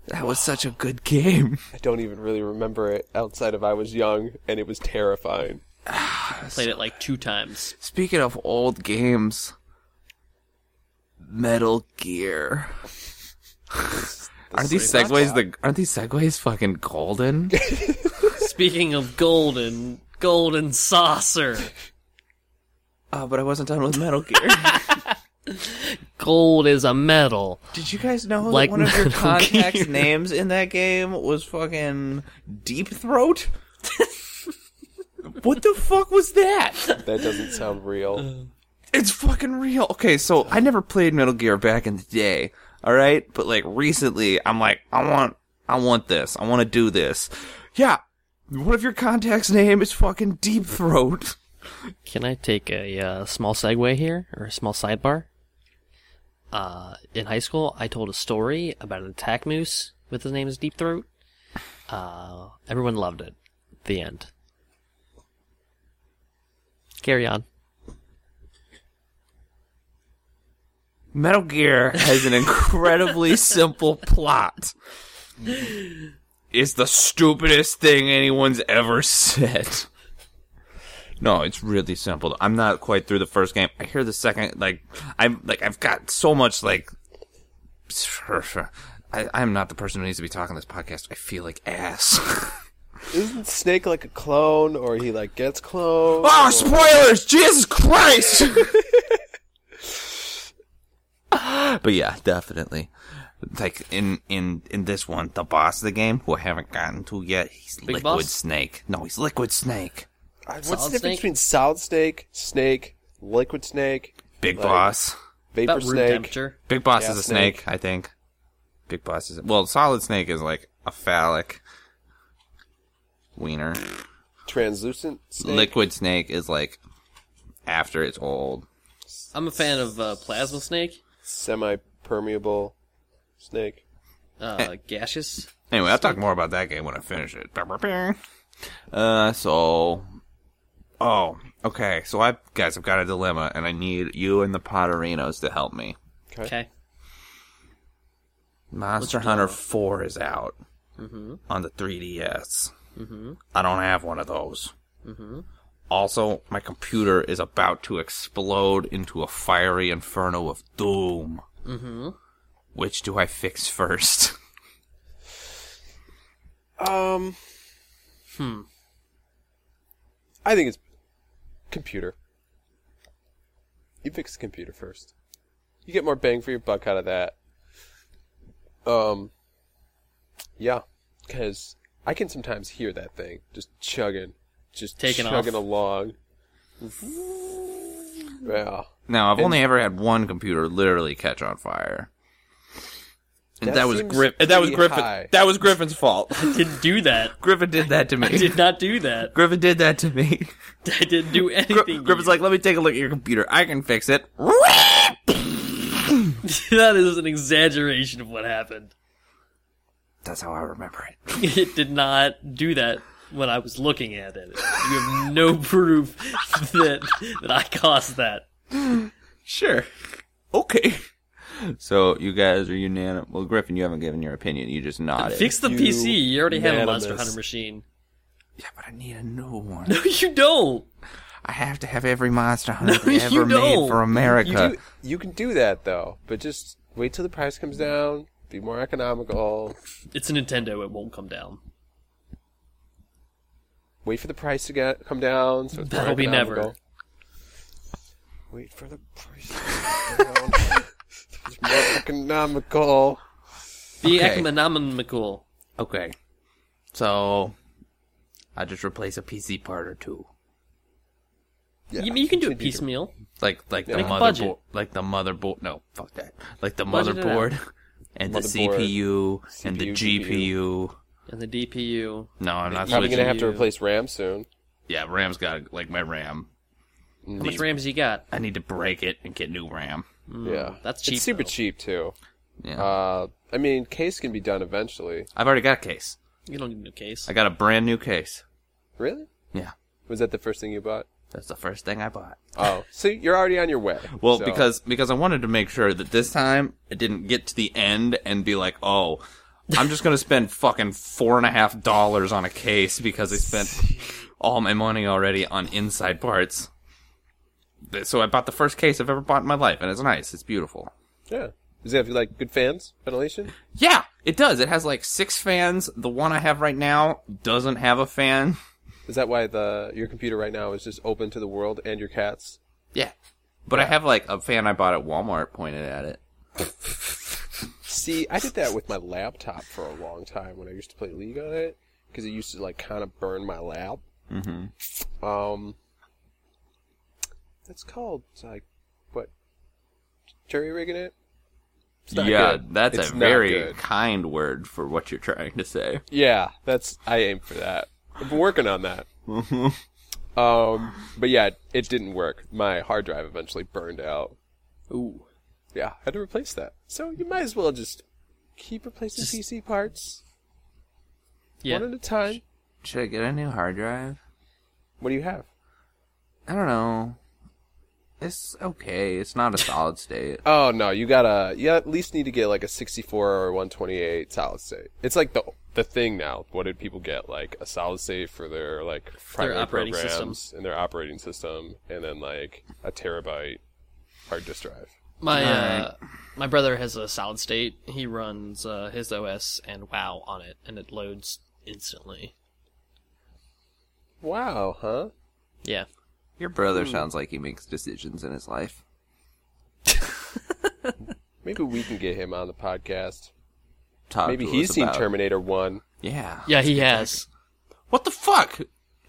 Speaker 3: That was such a good game.
Speaker 2: I don't even really remember it outside of I was young and it was terrifying.
Speaker 1: Played it like two times.
Speaker 3: Speaking of old games, Metal Gear. aren't these segues the aren't these segues fucking golden?
Speaker 1: Speaking of golden, golden saucer,
Speaker 3: uh, but I wasn't done with Metal Gear.
Speaker 1: gold is a metal.
Speaker 3: Did you guys know
Speaker 1: Like
Speaker 3: that one of your
Speaker 1: Metal
Speaker 3: contacts'
Speaker 1: Gear.
Speaker 3: names in that game was fucking Deep Throat? what the fuck was that?
Speaker 2: That doesn't sound real.
Speaker 3: It's fucking real. Okay, so I never played Metal Gear back in the day, all right? But like recently, I'm like, I want, I want this. I want to do this. Yeah, one of your contacts' name is fucking Deep Throat.
Speaker 1: Can I take a uh, small segue here or a small sidebar? Uh, in high school, I told a story about an attack moose with his name is Deep Throat. Uh, everyone loved it. The end. Carry on.
Speaker 3: Metal Gear has an incredibly simple plot. It's the stupidest thing anyone's ever said. No, it's really simple. I'm not quite through the first game. I hear the second like I'm like I've got so much like I, I'm not the person who needs to be talking on this podcast. I feel like ass.
Speaker 2: Isn't Snake like a clone, or he like gets cloned?
Speaker 3: oh, spoilers! Jesus Christ! but yeah, definitely. Like in in in this one, the boss of the game, who I haven't gotten to yet, he's Liquid
Speaker 1: boss?
Speaker 3: Snake. No, he's Liquid Snake.
Speaker 2: Uh, What's
Speaker 1: Solid
Speaker 2: the difference
Speaker 1: Snake?
Speaker 2: between solid snake, snake, liquid snake,
Speaker 3: Big
Speaker 2: Like-
Speaker 3: boss.
Speaker 2: vapor
Speaker 1: About room
Speaker 2: snake?
Speaker 1: temperature.
Speaker 3: Big boss
Speaker 2: Yeah,
Speaker 3: is a snake. I think. Big boss is well, Solid Snake is like a phallic wiener.
Speaker 2: Translucent snake.
Speaker 3: Liquid Snake is like after it's old.
Speaker 1: I'm a fan of uh, plasma snake,
Speaker 2: Semi-permeable snake.
Speaker 1: uh, gaseous.
Speaker 3: Anyway, I'll talk more about that game when I finish it. Uh, so, oh, okay. So I, guys, I've got a dilemma, and I need you and the Potterinos to help me.
Speaker 1: Okay.
Speaker 3: Monster Hunter Four is out on the 3DS. I don't have one of those. Also, my computer is about to explode into a fiery inferno of doom. Which do I fix first?
Speaker 2: Um. Hmm. I think it's computer. You fix the computer first. You get more bang for your buck out of that. Um. Yeah, because I can sometimes hear that thing just chugging, just
Speaker 1: Taking
Speaker 2: chugging
Speaker 1: off.
Speaker 2: along. Yeah.
Speaker 3: Now, I've only ever had one computer literally catch on fire. And
Speaker 2: That
Speaker 3: that, was
Speaker 2: seems
Speaker 3: Griff. and That was
Speaker 2: pretty
Speaker 3: Griffin.
Speaker 2: high.
Speaker 3: That was Griffin's fault.
Speaker 1: Didn't do that.
Speaker 3: Griffin did that to me.
Speaker 1: Did not do that.
Speaker 3: Griffin did that to me.
Speaker 1: I didn't do
Speaker 3: Gri-
Speaker 1: anything.
Speaker 3: Griffin's like, "Let me take a look at your computer. I can fix it."
Speaker 1: that is an exaggeration of what happened.
Speaker 3: That's how I remember it.
Speaker 1: It did not do that when I was looking at it. You have no proof that that I caused that.
Speaker 3: Sure. Okay. So you guys are unanimous. Well, Griffin, you haven't given your opinion. You just nodded.
Speaker 1: Fix the
Speaker 2: You
Speaker 1: PC. You already have a Monster
Speaker 2: unanimous.
Speaker 1: Hunter machine.
Speaker 3: yeah, but I need a new one.
Speaker 1: No, you don't.
Speaker 3: I have to have every Monster Hunter
Speaker 1: No, you
Speaker 3: ever made
Speaker 1: don't.
Speaker 3: for America.
Speaker 2: You, do, you can do that though, but just wait till the price comes down. Be more economical.
Speaker 1: It's a Nintendo. It won't come down.
Speaker 2: Wait for the price to get come down. So it's more
Speaker 1: That'll be never.
Speaker 2: economical. Wait for the price to come down. so it's more economical.
Speaker 1: Be
Speaker 3: Okay.
Speaker 1: economical.
Speaker 3: Okay. So I just replace a PC part or two.
Speaker 2: Yeah,
Speaker 1: You, you can do it
Speaker 2: continue.
Speaker 1: piecemeal.
Speaker 3: Like like the
Speaker 1: Make a budget.
Speaker 3: motherboard like the motherboard no, fuck that. Like the
Speaker 1: Budget it out.
Speaker 3: motherboard and the
Speaker 2: Motherboard,
Speaker 3: CPU and the
Speaker 2: CPU.
Speaker 3: GPU.
Speaker 1: And the DPU.
Speaker 3: No, I'm not
Speaker 2: Probably
Speaker 3: switching.
Speaker 2: gonna have to
Speaker 1: you-
Speaker 2: replace RAM soon.
Speaker 3: Yeah, RAM's got like my RAM.
Speaker 1: How
Speaker 2: Mm-hmm.
Speaker 1: much RAMs you got?
Speaker 3: I need to break it and get new RAM.
Speaker 2: yeah,
Speaker 1: Mm, that's cheap,
Speaker 2: It's super
Speaker 1: though.
Speaker 2: cheap too.
Speaker 3: Yeah.
Speaker 2: Uh, I mean, case can be done eventually.
Speaker 3: I've already got a case.
Speaker 1: You don't need a new case.
Speaker 3: I got a brand new case.
Speaker 2: Really?
Speaker 3: Yeah.
Speaker 2: Was that the first thing you bought?
Speaker 3: That's the first thing I bought.
Speaker 2: Oh, see, you're already on your way.
Speaker 3: Well,
Speaker 2: So-
Speaker 3: because because I wanted to make sure that this time it didn't get to the end and be like, oh, I'm just gonna spend fucking four and a half dollars on a case because I spent all my money already on inside parts. Th- So I bought the first case I've ever bought in my life, and it's nice. It's beautiful.
Speaker 2: yeah, does it have like good fans ventilation?
Speaker 3: Yeah, it does. It has like six fans. The one I have right now doesn't have a fan.
Speaker 2: Is that why the your computer right now is just open to the world and your cats?
Speaker 3: Yeah, but I have like a fan I bought at Walmart pointed at it.
Speaker 2: See, I did that with my laptop for a long time when I used to play League on it because it used to like kind of burn my lap. Mm-hmm. Um, that's called like what jury rigging it. It's not
Speaker 3: yeah,
Speaker 2: good.
Speaker 3: that's
Speaker 2: It's
Speaker 3: a
Speaker 2: not
Speaker 3: very
Speaker 2: good.
Speaker 3: kind word for what you're trying to say.
Speaker 2: Yeah, that's I aim for that. I've been working on that. um, but yeah, it didn't work. My hard drive eventually burned out. Ooh. Yeah, I had to replace that. So you might as well just keep replacing PC parts
Speaker 1: Yeah.
Speaker 2: one at a time.
Speaker 3: Should I get a new hard drive?
Speaker 2: What do you have?
Speaker 3: I don't know. It's okay. It's not a solid state.
Speaker 2: Oh no, you gotta you at least need to get like a 64 or 128 solid state. It's like the the thing now. What did people get? Like a solid state for their like primary
Speaker 1: operating
Speaker 2: programs and their operating system, and then like a terabyte hard disk drive.
Speaker 1: My uh, my brother has a solid state. He runs uh, his OS and WoW on it, and it loads instantly.
Speaker 2: Wow, huh?
Speaker 1: Yeah,
Speaker 3: Your brother sounds like he makes decisions in his life.
Speaker 2: Maybe we can get him on the podcast.
Speaker 3: Talk
Speaker 2: Maybe
Speaker 3: to
Speaker 2: he's
Speaker 3: us
Speaker 2: seen
Speaker 3: about-
Speaker 2: Terminator One.
Speaker 3: Yeah.
Speaker 1: yeah, he has.
Speaker 3: What the fuck?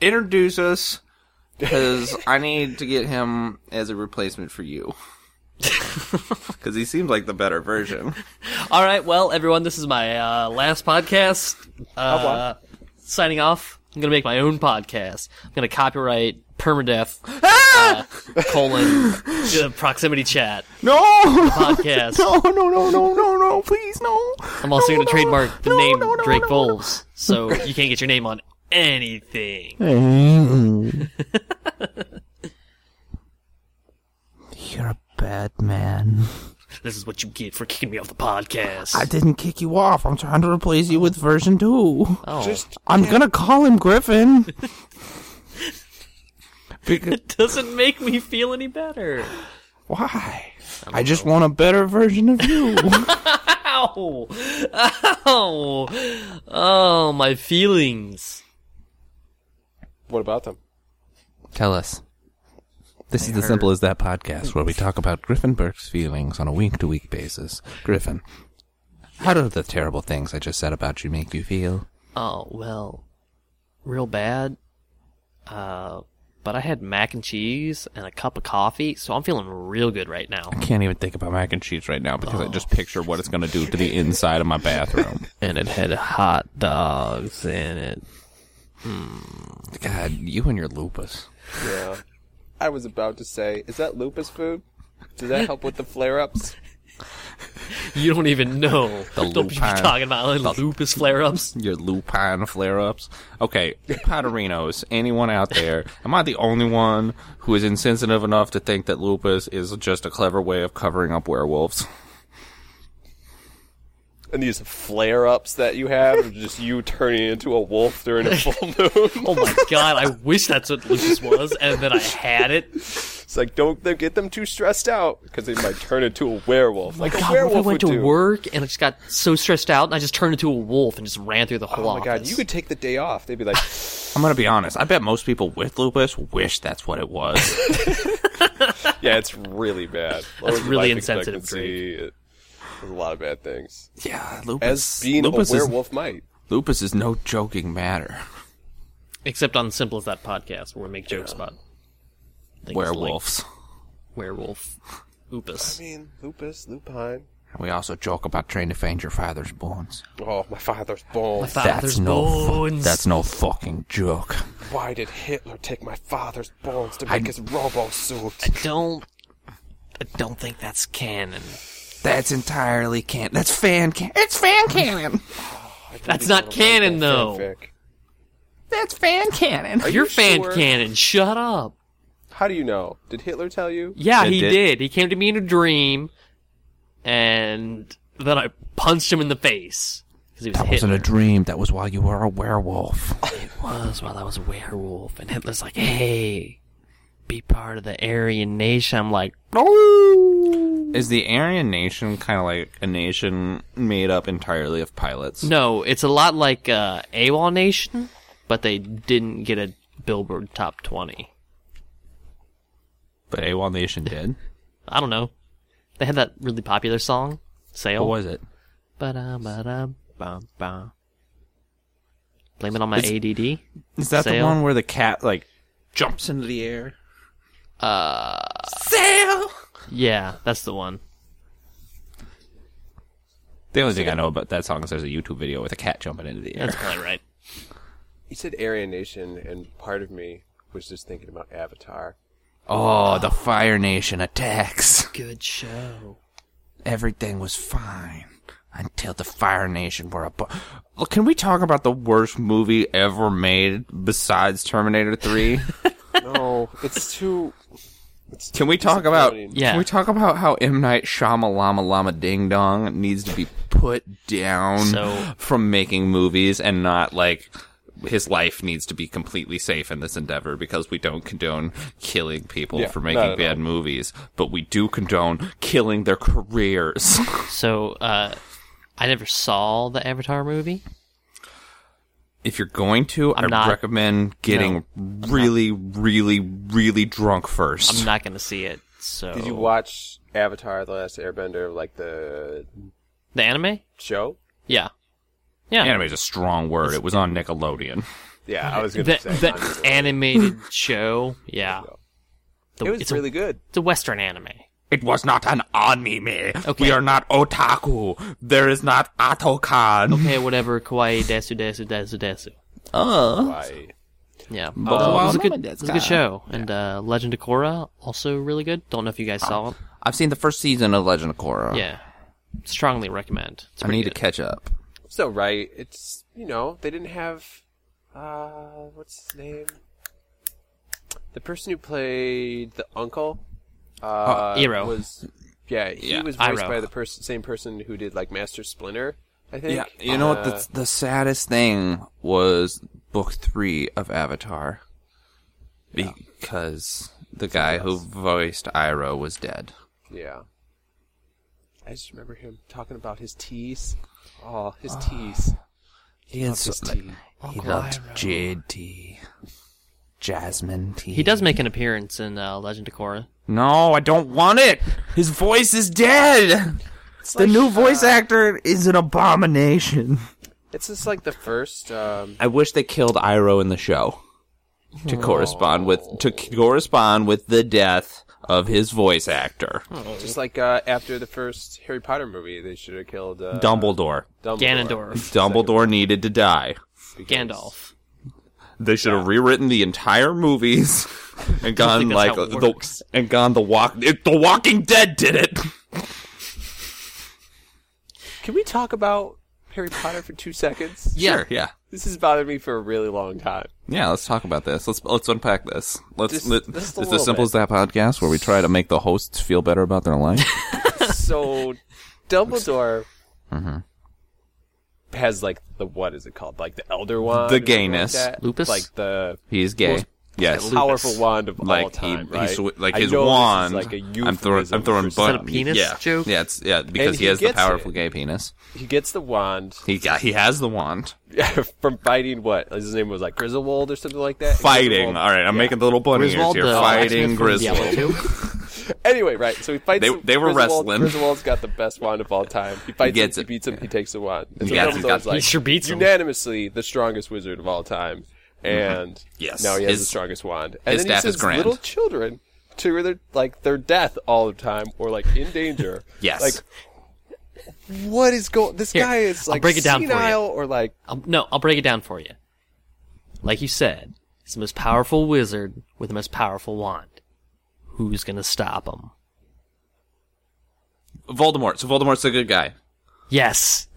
Speaker 3: Introduce us, because I need to get him as a replacement for you. Because he seems like the better version.
Speaker 1: All right, well, everyone, this is my uh, last podcast. Uh, signing off. I'm gonna make my own podcast. I'm gonna copyright permadeath
Speaker 3: Ah!
Speaker 1: uh, colon uh, proximity chat
Speaker 3: No!
Speaker 1: podcast.
Speaker 3: No, no, no, no, no, no, please, no.
Speaker 1: I'm also
Speaker 3: No,
Speaker 1: gonna
Speaker 3: no,
Speaker 1: trademark the
Speaker 3: no,
Speaker 1: name
Speaker 3: no, no,
Speaker 1: Drake
Speaker 3: no, no.
Speaker 1: Bowles, so you can't get your name on anything.
Speaker 3: Mm-hmm. You're a bad man.
Speaker 1: This is what you get for kicking me off the podcast.
Speaker 3: I didn't kick you off. I'm trying to replace you with version 2.
Speaker 1: oh.
Speaker 2: Just
Speaker 3: I'm gonna call him Griffin. Because,
Speaker 1: doesn't make me feel any better.
Speaker 3: why? I just want a better version of you.
Speaker 1: Ow! Ow! Oh, my feelings.
Speaker 2: what about them?
Speaker 3: Tell us. This is the Simple as That podcast where we talk about Griffin Burke's feelings on a week to week basis. Griffin, how do the terrible things I just said about you make you feel?
Speaker 1: Oh, well, real bad. Uh, but I had mac and cheese and a cup of coffee, so I'm feeling real good right now.
Speaker 3: Can't even think about mac and cheese right now because I just picture what it's going to do to the inside of my bathroom.
Speaker 1: And it had hot dogs in it.
Speaker 3: God, you and your lupus.
Speaker 2: Yeah. I was about to say, is that lupus food? Does that help with the flare ups?
Speaker 1: You don't even know.
Speaker 3: The
Speaker 1: don't be
Speaker 3: lupine.
Speaker 1: talking about little lupus flare-ups.
Speaker 3: your lupine flare-ups. Okay, Potterinos, anyone out there? Am I the only one who is insensitive enough to think that lupus is just a clever way of covering up werewolves?
Speaker 2: And these flare ups that you have are just you turning into a wolf during a full moon.
Speaker 1: Oh my god, I wish that's what lupus was, and then I had it.
Speaker 2: It's like don't th- get them too stressed out because they might turn into a werewolf. like
Speaker 1: Oh God, what if
Speaker 2: a
Speaker 1: I
Speaker 2: werewolf
Speaker 1: went to
Speaker 2: would do.
Speaker 1: work and I just got so stressed out and I just turned into a wolf and just ran through the whole
Speaker 2: Oh my god,
Speaker 1: office?
Speaker 2: you could take the day off. They'd be like,
Speaker 3: I'm gonna be honest. I bet most people with lupus wish that's what it was.
Speaker 2: yeah, it's really bad. Lowers your
Speaker 1: really
Speaker 2: life
Speaker 1: insensitive,
Speaker 2: expectancy. It- There's a lot of bad things.
Speaker 3: yeah,
Speaker 2: As
Speaker 3: lupus.
Speaker 2: being a
Speaker 3: lupus is,
Speaker 2: werewolf might.
Speaker 3: lupus is no joking matter.
Speaker 1: Except on Simple as That podcast where we make jokes about things like
Speaker 3: Werewolves.
Speaker 1: werewolf. Oopus.
Speaker 2: I mean, lupus, lupine.
Speaker 3: we also joke about trying to find your father's bones.
Speaker 2: Oh, my father's bones.
Speaker 1: Father's
Speaker 3: that's no. fu-
Speaker 1: bones.
Speaker 3: that's no fucking joke.
Speaker 2: Why did Hitler take my father's bones to make his robo suit?
Speaker 1: don't. I don't think that's canon.
Speaker 3: That's entirely can. That's fan can. It's fan canon.
Speaker 1: That's not canon, though.
Speaker 2: Fanfic.
Speaker 3: That's fan canon.
Speaker 1: You're
Speaker 2: you
Speaker 1: fan
Speaker 2: sure?
Speaker 1: canon. Shut up.
Speaker 2: How do you know? Did Hitler tell you?
Speaker 1: Yeah,
Speaker 3: It
Speaker 1: he
Speaker 3: did-
Speaker 1: did. He came to me in a dream, and then I punched him in the face because he was
Speaker 3: That wasn't
Speaker 1: Hitler.
Speaker 3: a dream. That was while you were a werewolf.
Speaker 1: It was while I was a werewolf, and Hitler's like, "Hey, be part of the Aryan nation." I'm like, "No,
Speaker 3: Is the Aryan nation kind of like a nation made up entirely of pilots?
Speaker 1: no." It's a lot like uh, AWOL Nation, but they didn't get a Billboard Top 20.
Speaker 3: But AWOL Nation did.
Speaker 1: I don't know. They had that really popular song, "Sail."
Speaker 3: What was it?
Speaker 1: Ba-da, ba-da, bum, bum. Blame it on my ADD.
Speaker 3: Is that the
Speaker 1: Sail.
Speaker 3: one where the cat like jumps into the air? Uh, sail.
Speaker 1: Yeah, that's the one.
Speaker 3: The only thing I know about that song is there's a YouTube video with a cat jumping into the air.
Speaker 1: That's probably right.
Speaker 2: You said Aryan Nation, and part of me was just thinking about Avatar.
Speaker 3: Oh, the Fire Nation attacks.
Speaker 1: Good show.
Speaker 3: Everything was fine until the Fire Nation were a. Bu- Oh, Can we talk about the worst movie ever made besides Terminator Three?
Speaker 2: No, it's too. It's
Speaker 3: Can we talk about
Speaker 2: disappointing.
Speaker 1: Yeah.
Speaker 3: Can we talk about how M Night Shyamalama Lama Ding Dong needs to be put down
Speaker 1: So-
Speaker 3: from making movies and not like his life needs to be completely safe in this endeavor because we don't condone killing people
Speaker 2: Yeah,
Speaker 3: for
Speaker 2: not
Speaker 3: making
Speaker 2: at
Speaker 3: bad movies, but we do condone killing their careers.
Speaker 1: So, uh, I never saw the Avatar movie.
Speaker 3: if you're going to, i
Speaker 1: not-
Speaker 3: recommend getting really, really, really drunk first.
Speaker 1: I'm not gonna see it. So,
Speaker 2: Did you watch Avatar: The Last Airbender, like the
Speaker 1: the anime?
Speaker 2: show?
Speaker 1: Yeah, yeah.
Speaker 3: Anime is a strong word. It was on Nickelodeon.
Speaker 2: Yeah, I was
Speaker 1: The,
Speaker 2: gonna say.
Speaker 1: the animated show. Yeah, The-
Speaker 2: it was
Speaker 1: it's a-
Speaker 2: really good.
Speaker 1: it's a Western anime.
Speaker 3: It was not an anime.
Speaker 1: Okay.
Speaker 3: We are not otaku. There is not Atokan.
Speaker 1: Okay, whatever. Kawaii desu desu desu desu.
Speaker 3: Oh.
Speaker 2: Why?
Speaker 1: Yeah,
Speaker 3: well,
Speaker 1: it was Um, a
Speaker 3: no,
Speaker 1: good,
Speaker 3: that's
Speaker 1: it was a good
Speaker 3: kinda-
Speaker 1: show. And uh, Legend of Korra also really good. Don't know if you guys saw it.
Speaker 3: I've seen the first season of Legend of Korra.
Speaker 1: Yeah, strongly recommend. It's
Speaker 3: I
Speaker 1: pretty
Speaker 3: need to
Speaker 1: good.
Speaker 3: catch up.
Speaker 2: It's all right. It's you know they didn't have uh what's his name? The person who played the uncle. Uh,
Speaker 1: Iroh.
Speaker 2: was yeah he
Speaker 3: Yeah,
Speaker 2: was voiced
Speaker 1: Oh. Iroh.
Speaker 2: by the person same person who did like Master Splinter. I think.
Speaker 3: Yeah. You know what?
Speaker 2: Uh,
Speaker 3: The, the saddest thing was book three of Avatar. Because the guy who voiced Iroh was dead.
Speaker 2: Uh, Yeah. I just remember him talking about his teas. Oh, his teas.
Speaker 3: He, had so-
Speaker 2: His
Speaker 3: like,
Speaker 2: tea.
Speaker 3: he loved jade tea. Jasmine tea.
Speaker 1: He does make an appearance in uh, Legend of Korra.
Speaker 3: No, I don't want it. His voice is dead. the
Speaker 1: uh,
Speaker 3: new voice actor is an abomination.
Speaker 2: It's just like the first. Um,
Speaker 3: I wish they killed Iroh in the show to correspond with to correspond with the death of his voice actor,
Speaker 2: just like uh, after the first Harry Potter movie, they should have killed uh,
Speaker 3: Dumbledore.
Speaker 2: Dumbledore.
Speaker 1: Ganondorf.
Speaker 3: Dumbledore needed to die.
Speaker 2: because-
Speaker 1: Gandalf.
Speaker 3: They should have rewritten the entire movies and gone
Speaker 1: that's
Speaker 3: like
Speaker 1: how it
Speaker 3: the
Speaker 1: works.
Speaker 3: and gone the walk. It, the Walking Dead did it.
Speaker 2: Can we talk about Harry Potter for two seconds?
Speaker 3: Sure, yeah.
Speaker 2: This has bothered me for a really long time.
Speaker 3: Yeah, let's talk about this. Let's let's unpack this. Let's
Speaker 2: Just-
Speaker 3: let,
Speaker 2: just a
Speaker 3: it's
Speaker 2: little
Speaker 3: as simple
Speaker 2: bit.
Speaker 3: as that podcast where we try to make the hosts feel better about their life.
Speaker 2: So, Dumbledore
Speaker 3: Mm-hmm.
Speaker 2: has like the what is it called? Like the Elder Wand,
Speaker 3: The
Speaker 2: or something like
Speaker 3: gayness.
Speaker 2: that?
Speaker 1: Lupus?
Speaker 2: like the
Speaker 3: He's gay. Yes.
Speaker 2: powerful wand of all
Speaker 3: Like
Speaker 2: time,
Speaker 3: he,
Speaker 2: right?
Speaker 3: he swi- like
Speaker 2: I
Speaker 3: his
Speaker 2: know this is,
Speaker 3: wand.
Speaker 2: like a
Speaker 3: I'm throwing
Speaker 2: euphemism
Speaker 3: I'm throwing
Speaker 2: for something.
Speaker 1: Is that a penis
Speaker 3: yeah.
Speaker 1: joke?
Speaker 3: Yeah, it's yeah because
Speaker 2: And
Speaker 3: he,
Speaker 2: he
Speaker 3: has the
Speaker 2: gets
Speaker 3: powerful
Speaker 2: it.
Speaker 3: gay penis.
Speaker 2: He gets the wand
Speaker 3: He got he has the wand.
Speaker 2: from fighting what? His name was like Grizzlewald or something like that.
Speaker 3: Fighting. All
Speaker 2: Grindelwald.
Speaker 3: right, I'm making the little bunny ears
Speaker 1: Griswold, uh,
Speaker 3: here.
Speaker 1: the
Speaker 3: Fighting
Speaker 1: blacksmith from
Speaker 3: Griswold.
Speaker 1: Diablo II.
Speaker 2: Anyway, right. So he fights.
Speaker 3: They-
Speaker 2: the-
Speaker 3: they were
Speaker 2: Griswold-
Speaker 3: wrestling.
Speaker 2: Griswold's got the best wand of all time. He fights.
Speaker 3: gets
Speaker 2: him,
Speaker 3: it.
Speaker 2: He beats him. He takes the wand. And so
Speaker 3: Yeah, he's got-
Speaker 2: Dumbledore's like
Speaker 1: he sure beats him.
Speaker 2: unanimously the strongest wizard of all time. And
Speaker 3: Mm-hmm. Yes.
Speaker 2: now he has the
Speaker 3: His-
Speaker 2: strongest wand. And
Speaker 3: his
Speaker 2: then he
Speaker 3: staff is
Speaker 2: sends
Speaker 3: grand.
Speaker 2: little children to their like their death all the time, or like in danger.
Speaker 3: Yes.
Speaker 2: Like. What is going? This
Speaker 1: Here,
Speaker 2: guy is
Speaker 1: I'll
Speaker 2: like
Speaker 1: break it down for you.
Speaker 2: senile, or like
Speaker 1: I'll, Um, no, I'll break it down for you. Like you said, he's the most powerful wizard with the most powerful wand. Who's gonna stop him?
Speaker 3: Voldemort. So Voldemort's a good guy.
Speaker 1: Yes,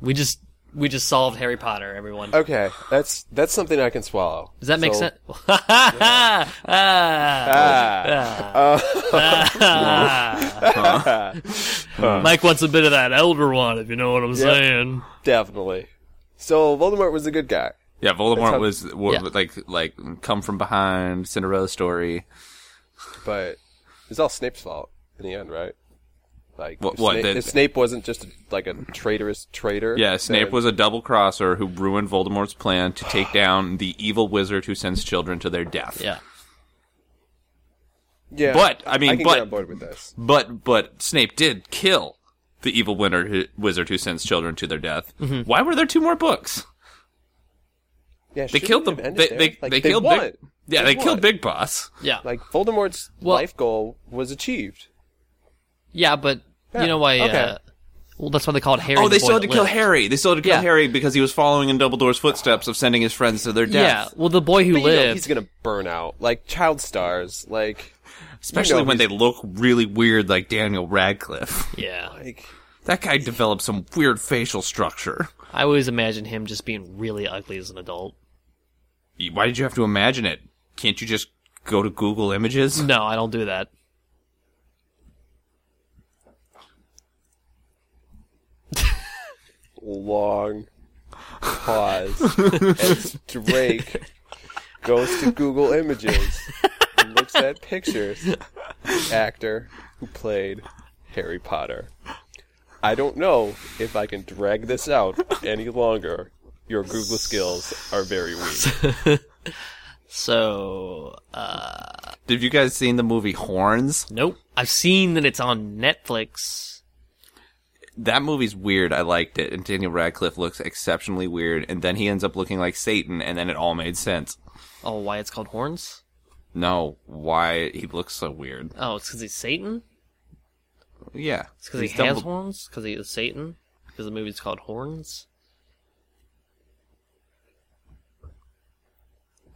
Speaker 1: we just we just solved Harry Potter, everyone.
Speaker 2: Okay, that's that's something I can swallow.
Speaker 1: Does that make
Speaker 2: So-
Speaker 1: sense? Ah.
Speaker 2: Ah,
Speaker 1: Ah. Mike wants a bit of that elder one, if you know what I'm saying.
Speaker 2: definitely. So Voldemort was a good guy.
Speaker 3: Yeah, Voldemort
Speaker 2: how-
Speaker 3: was, wa-
Speaker 1: Yeah.
Speaker 3: like like come from behind Cinderella story.
Speaker 2: But it's all Snape's fault in the end, right? Like
Speaker 3: What-
Speaker 2: if
Speaker 3: what,
Speaker 2: Snape,
Speaker 3: that-
Speaker 2: if Snape wasn't just like a traitorous traitor.
Speaker 3: Yeah, Snape
Speaker 2: then-
Speaker 3: was a double crosser who ruined Voldemort's plan to take down the evil wizard who sends children to their death.
Speaker 1: Yeah.
Speaker 2: Yeah,
Speaker 3: but, I mean,
Speaker 2: I can
Speaker 3: but-
Speaker 2: get on board with this.
Speaker 3: But but Snape did kill the evil winner who, wizard who sends children to their death.
Speaker 1: Mm-hmm.
Speaker 3: Why were there two more books?
Speaker 2: Yeah,
Speaker 3: They killed them. They they, they killed Big. Yeah, they, killed Big Boss.
Speaker 1: Yeah.
Speaker 2: Like Voldemort's
Speaker 1: Well-
Speaker 2: life goal was achieved.
Speaker 1: yeah, but you know why?
Speaker 2: okay.
Speaker 1: Uh, well, that's why they call it Harry.
Speaker 3: Oh,
Speaker 1: the
Speaker 3: they
Speaker 1: boy
Speaker 3: still had
Speaker 1: that
Speaker 3: to kill
Speaker 1: lived.
Speaker 3: Harry. They still had to kill
Speaker 1: Yeah.
Speaker 3: Harry because he was following in Dumbledore's footsteps of sending his friends to their
Speaker 1: Yeah.
Speaker 3: death.
Speaker 1: Well, the boy who
Speaker 2: But you know
Speaker 1: lived.
Speaker 2: he's gonna burn out like child stars. Like,
Speaker 3: Especially
Speaker 2: know
Speaker 3: when they look really weird like Daniel Radcliffe.
Speaker 1: yeah.
Speaker 2: like
Speaker 3: That guy developed some weird facial structure.
Speaker 1: I always imagine him just being really ugly as an adult.
Speaker 3: Why did you have to imagine it? Can't you just go to Google Images?
Speaker 1: No, I don't do that.
Speaker 2: long pause as Drake goes to Google Images and looks at pictures. Actor who played Harry Potter. I don't know if I can drag this out any longer. Your Google skills are very weak.
Speaker 1: So, uh,
Speaker 3: Have you guys seen the movie Horns?
Speaker 1: nope. I've seen that it's on Netflix.
Speaker 3: That movie's weird. I liked it. And Daniel Radcliffe looks exceptionally weird. And then he ends up looking like Satan, and then it all made sense.
Speaker 1: Oh, why it's called Horns?
Speaker 3: No, why he looks so weird.
Speaker 1: Oh, it's because he's Satan.
Speaker 3: Yeah.
Speaker 1: It's because he
Speaker 3: He's
Speaker 1: has
Speaker 3: Dumble-
Speaker 1: horns. Because he is Satan. Because the movie's called Horns.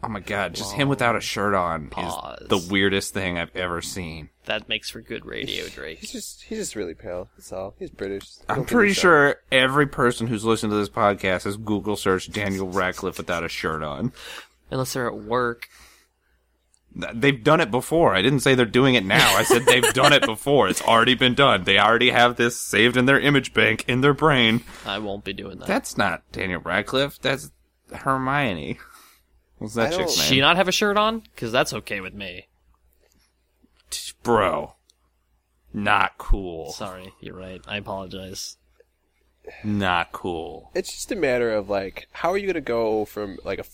Speaker 3: Oh my god, just him without a shirt on
Speaker 1: Pause.
Speaker 3: is the weirdest thing I've ever seen.
Speaker 1: That makes for good radio, Drake.
Speaker 2: He's just he's just really pale. That's all. He's British.
Speaker 3: I'm
Speaker 2: Don't
Speaker 3: pretty
Speaker 2: believe that.
Speaker 3: sure every person who's listened to this podcast has Google searched Daniel Radcliffe without a shirt on.
Speaker 1: Unless they're at work.
Speaker 3: Th- They've done it before. I didn't say they're doing it now. I said they've done it before. It's already been done. They already have this saved in their image bank in their brain.
Speaker 1: I won't be doing that.
Speaker 3: That's not Daniel Radcliffe. That's Hermione. What's that
Speaker 2: I
Speaker 3: chick's
Speaker 2: don't-
Speaker 3: name?
Speaker 1: she not have a shirt on? Because that's okay with me.
Speaker 3: T- Bro. Not cool.
Speaker 1: Sorry, you're right. I apologize.
Speaker 3: Not cool.
Speaker 2: it's just a matter of like how are you going to go from like a f-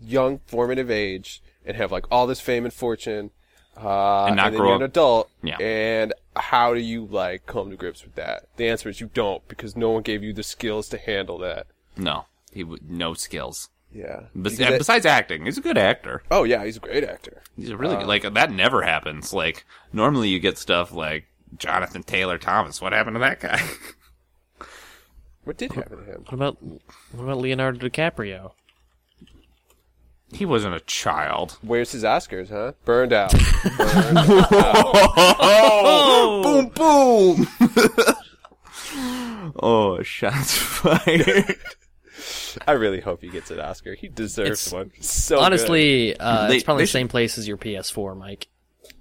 Speaker 2: young formative age and have like all this fame and fortune uh,
Speaker 3: And not
Speaker 2: then
Speaker 3: grow
Speaker 2: you're
Speaker 3: up.
Speaker 2: an adult
Speaker 3: Yeah.
Speaker 2: and how do you like come to grips with that the answer is you don't because no one gave you the skills to handle that
Speaker 3: No. He w- no skills.
Speaker 2: yeah
Speaker 3: Bes-
Speaker 2: Because that-
Speaker 3: besides acting, he's a good actor.
Speaker 2: oh yeah he's a great actor
Speaker 3: He's a really
Speaker 1: Uh,
Speaker 3: good, like that never happens. Like normally you get stuff like Jonathan Taylor Thomas. What happened to that guy?
Speaker 2: what did happen to him
Speaker 1: What about what about Leonardo DiCaprio?
Speaker 3: he wasn't a child.
Speaker 2: where's his oscars huh burned out
Speaker 3: boom, boom. oh, shots fired.
Speaker 2: i really hope he gets an oscar he deserves
Speaker 1: It's-
Speaker 2: one so good.
Speaker 1: Honestly, uh,
Speaker 3: They-
Speaker 1: it's probably
Speaker 3: they
Speaker 1: the same place as your PS4, Mike.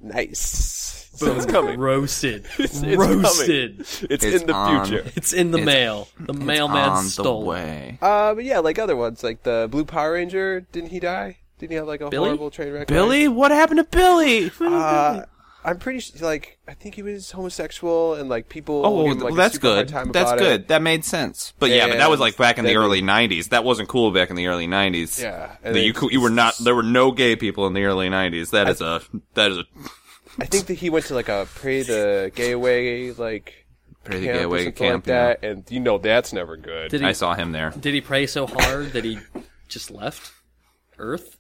Speaker 2: nice so it's coming
Speaker 1: Roasted,
Speaker 2: it's coming.
Speaker 1: roasted.
Speaker 2: it's,
Speaker 3: It's
Speaker 2: in the
Speaker 3: on.
Speaker 2: future
Speaker 1: It's in the mail. The mailman stole. it.
Speaker 3: way.
Speaker 2: Uh, but yeah, like other ones, like the Blue Power Ranger. Didn't he die? Didn't he have like a
Speaker 1: Billy?
Speaker 2: horrible train wreck?
Speaker 3: Billy, what happened to Billy?
Speaker 2: Uh, I'm pretty sure, like I think he was homosexual and like people.
Speaker 3: Oh,
Speaker 2: gave him, like,
Speaker 3: well,
Speaker 2: a
Speaker 3: that's
Speaker 2: super hard
Speaker 3: good.
Speaker 2: time
Speaker 3: That's
Speaker 2: about it.
Speaker 3: good. That made sense. But yeah, but that was
Speaker 2: And
Speaker 3: like back in the
Speaker 2: then-
Speaker 3: early '90s. That wasn't cool back in the early '90s.
Speaker 2: Yeah, and
Speaker 3: The,
Speaker 2: then-
Speaker 3: you cou- you were not. There were no gay people in the early '90s. That is a that is a
Speaker 2: I think that he went to like a pray the gay away like
Speaker 3: pretty
Speaker 2: camp
Speaker 3: gay
Speaker 2: or
Speaker 3: way to
Speaker 2: something
Speaker 3: camp.
Speaker 2: like that, and you know that's never good.
Speaker 1: Did
Speaker 3: yeah. I
Speaker 1: he
Speaker 3: saw him there.
Speaker 1: did he pray so hard that he just left Earth?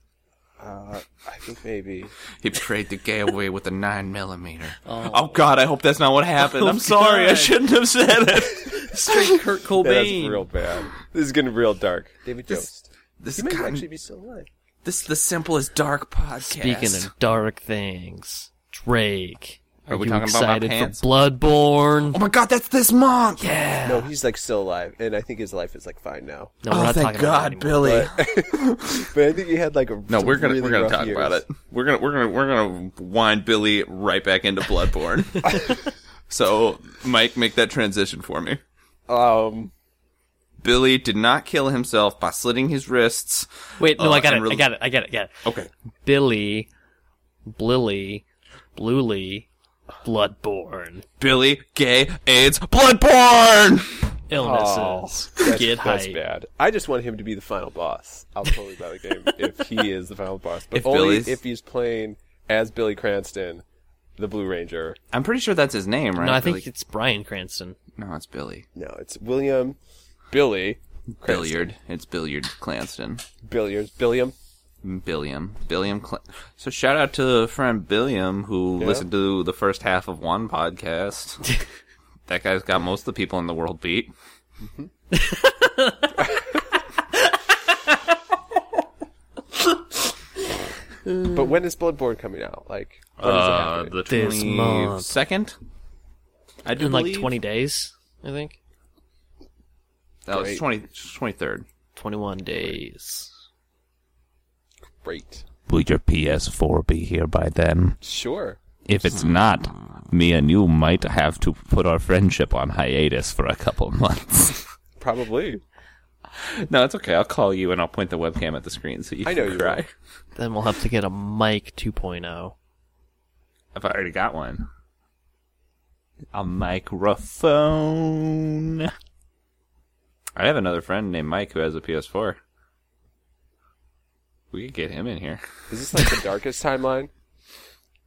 Speaker 2: I think maybe.
Speaker 3: He prayed the gay away with a nine millimeter. Oh. God, I hope that's not what happened. I'm sorry, I
Speaker 1: Oh, God.
Speaker 3: shouldn't have said it.
Speaker 1: Straight Kurt
Speaker 2: Yeah, that's
Speaker 1: Cobain.
Speaker 2: real bad. This is getting real dark. David Jost.
Speaker 3: This
Speaker 2: He
Speaker 3: is
Speaker 2: may
Speaker 3: gotten-
Speaker 2: actually be still alive.
Speaker 3: this is the simplest dark podcast.
Speaker 1: Speaking of dark things, Drake.
Speaker 3: Are, we
Speaker 1: you
Speaker 3: talking about my
Speaker 1: excited
Speaker 3: pants?
Speaker 1: for Bloodborne?
Speaker 3: oh my god, that's this month!
Speaker 1: yeah.
Speaker 2: No, he's like still alive, and I think his life is like fine now.
Speaker 1: No,
Speaker 3: Oh, thank God,
Speaker 1: Bill.
Speaker 3: Billy.
Speaker 2: But I think he had like a
Speaker 3: No, we're gonna
Speaker 2: really
Speaker 3: we're gonna
Speaker 2: rough
Speaker 3: talk
Speaker 2: years.
Speaker 3: about it. We're gonna we're gonna we're gonna wind Billy right back into Bloodborne. so, Mike, make that transition for me.
Speaker 2: Um,
Speaker 3: Billy did not kill himself by slitting his wrists.
Speaker 1: Wait, no,
Speaker 3: Uh,
Speaker 1: I got
Speaker 3: I'm
Speaker 1: it. I
Speaker 3: really-
Speaker 1: got it. I got it. I got it.
Speaker 3: Okay,
Speaker 1: Billy, Blilly, Bluely, Bloodborne.
Speaker 3: Billy, gay, AIDS, Bloodborne.
Speaker 1: Illnesses.
Speaker 3: Oh,
Speaker 2: that's,
Speaker 1: Get
Speaker 2: that's
Speaker 1: hype.
Speaker 2: bad. I just want him to be the final boss. I'll totally buy the game if he is the final boss, but
Speaker 3: If
Speaker 2: only
Speaker 3: Billy's-
Speaker 2: if he's playing as Billy Cranston, the Blue Ranger.
Speaker 3: I'm pretty sure that's his name, right?
Speaker 1: No, I think
Speaker 3: Billy-
Speaker 1: it's Brian Cranston.
Speaker 3: no, it's Billy.
Speaker 2: No, it's William Billy Cranston.
Speaker 3: Billiard. It's Billiard Clanston.
Speaker 2: Billiards. Billiam.
Speaker 3: Billiam. Billiam. Cl- so shout out to friend Billiam who listened to the first half of one podcast. that guy's got most of the people in the world beat.
Speaker 2: But when is Bloodborne coming out? Like, when is it
Speaker 3: Uh,
Speaker 2: happening?
Speaker 3: the
Speaker 1: This month.
Speaker 3: twenty second. I do
Speaker 1: In like
Speaker 3: believe-
Speaker 1: 20 days, I think.
Speaker 3: That was
Speaker 2: Great.
Speaker 3: 20, 23rd.
Speaker 1: 21 days.
Speaker 2: Great.
Speaker 4: Will your PS4 be here by then?
Speaker 2: Sure.
Speaker 4: If it's not, me and you might have to put our friendship on hiatus for a couple months.
Speaker 2: Probably.
Speaker 3: No, it's okay. I'll call you and I'll point the webcam at the screen so you
Speaker 2: I
Speaker 3: can
Speaker 2: know you
Speaker 3: cry.
Speaker 2: will.
Speaker 1: Then we'll have to get a mic oh. 2.0.
Speaker 3: I've already got one.
Speaker 4: a microphone.
Speaker 3: I have another friend named Mike who has a PS4. We could get him in here.
Speaker 2: Is this like the darkest timeline?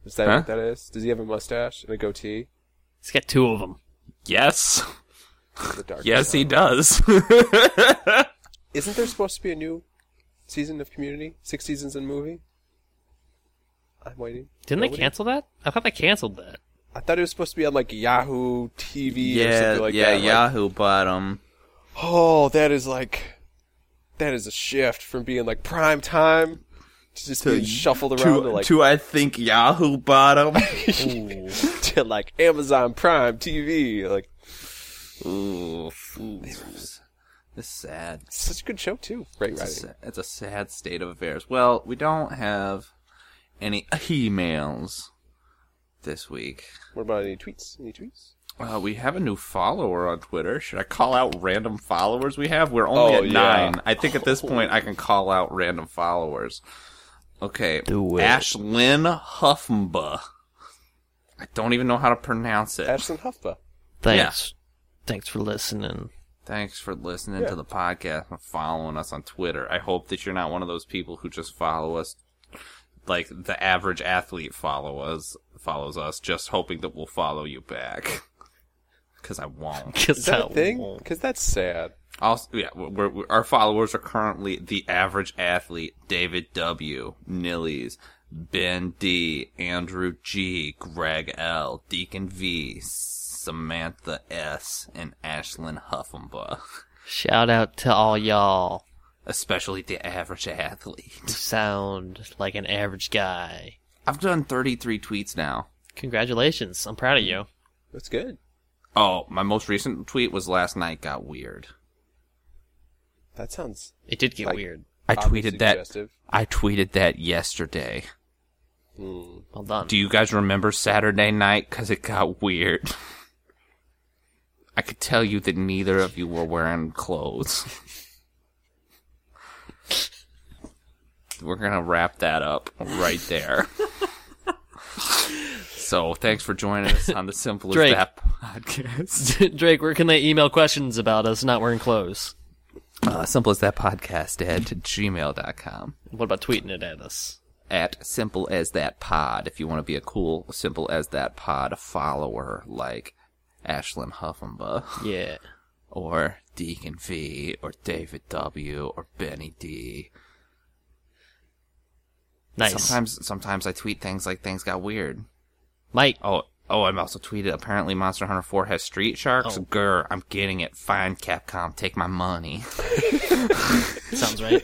Speaker 2: Is that
Speaker 3: Huh?
Speaker 2: what that is? Does he have a mustache and a goatee?
Speaker 1: He's got two of them.
Speaker 3: Yes.
Speaker 2: The darkest
Speaker 3: Yes, he
Speaker 2: timeline.
Speaker 3: does.
Speaker 2: Isn't there supposed to be a new season of Community? Six seasons in a movie? I'm waiting.
Speaker 1: Didn't they
Speaker 2: Nobody?
Speaker 1: cancel that? I thought they canceled that.
Speaker 2: I thought it was supposed to be on like Yahoo TV or
Speaker 3: yeah,
Speaker 2: something like
Speaker 3: yeah,
Speaker 2: that. like,
Speaker 3: Yahoo bought him.
Speaker 2: oh, that is like that is a shift from being like prime time to just being shuffled around to, like
Speaker 3: I think Yahoo bought him.
Speaker 2: to like Amazon Prime TV. Like
Speaker 3: Ooh, this is sad.
Speaker 2: such a good show too. Great writing.
Speaker 3: It's a, it's a sad state of affairs. Well, we don't have any emails this week.
Speaker 2: What about any tweets? Any tweets?
Speaker 3: Uh, we have a new follower on Twitter. Should I call out random followers we have? We're only
Speaker 2: Oh,
Speaker 3: at
Speaker 2: yeah.
Speaker 3: nine. I think at this point I can call out random followers. Okay.
Speaker 1: Do it.
Speaker 3: Ashlyn Huffmba. I don't even know how to pronounce it.
Speaker 2: Ashton Huffba.
Speaker 1: Thanks. Thanks for listening.
Speaker 3: Thanks for listening to the podcast and following us on Twitter. I hope that you're not one of those people who just follow us like the average athlete follow us follows us just hoping that we'll follow you back. Cuz I won't.
Speaker 1: Because
Speaker 2: Is that a
Speaker 1: that-
Speaker 2: thing? Because that's sad.
Speaker 3: Also, yeah, we're, we're, our followers are currently the average athlete, David W, Nillies, Ben D, Andrew G, Greg L, Deacon V, Samantha S, and Ashlyn Huffenbach.
Speaker 1: Shout out to all y'all
Speaker 3: especially the average athlete.
Speaker 1: who sound like an average guy.
Speaker 3: I've done 33 tweets now.
Speaker 1: Congratulations. I'm proud of you.
Speaker 2: That's good.
Speaker 3: Oh, my most recent tweet was last night got weird.
Speaker 2: That sounds
Speaker 1: It did get
Speaker 2: Like-
Speaker 1: weird.
Speaker 3: I
Speaker 2: Obviously
Speaker 3: tweeted that
Speaker 2: suggestive.
Speaker 3: I tweeted that yesterday.
Speaker 1: Well done.
Speaker 3: Do you guys remember Saturday night cuz it got weird? I could tell you that neither of you were wearing clothes. We're going to wrap that up right there. so, thanks for joining us on the Simple as
Speaker 1: Drake.
Speaker 3: That podcast.
Speaker 1: Drake, where can they email questions about us not wearing clothes?
Speaker 3: uh, simple as that podcast at gmail.com
Speaker 1: What about tweeting it at us?
Speaker 3: at simple as that pod if you want to be a cool simple as that pod follower like ashlyn huffenba
Speaker 1: Yeah.
Speaker 3: or deacon v or david w or benny d
Speaker 1: Nice.
Speaker 3: sometimes sometimes i tweet things like things got weird
Speaker 1: Mike,
Speaker 3: oh oh i'm also tweeted apparently monster hunter 4 has street sharks
Speaker 1: Oh.
Speaker 3: grr i'm getting it fine capcom take my money
Speaker 1: sounds right.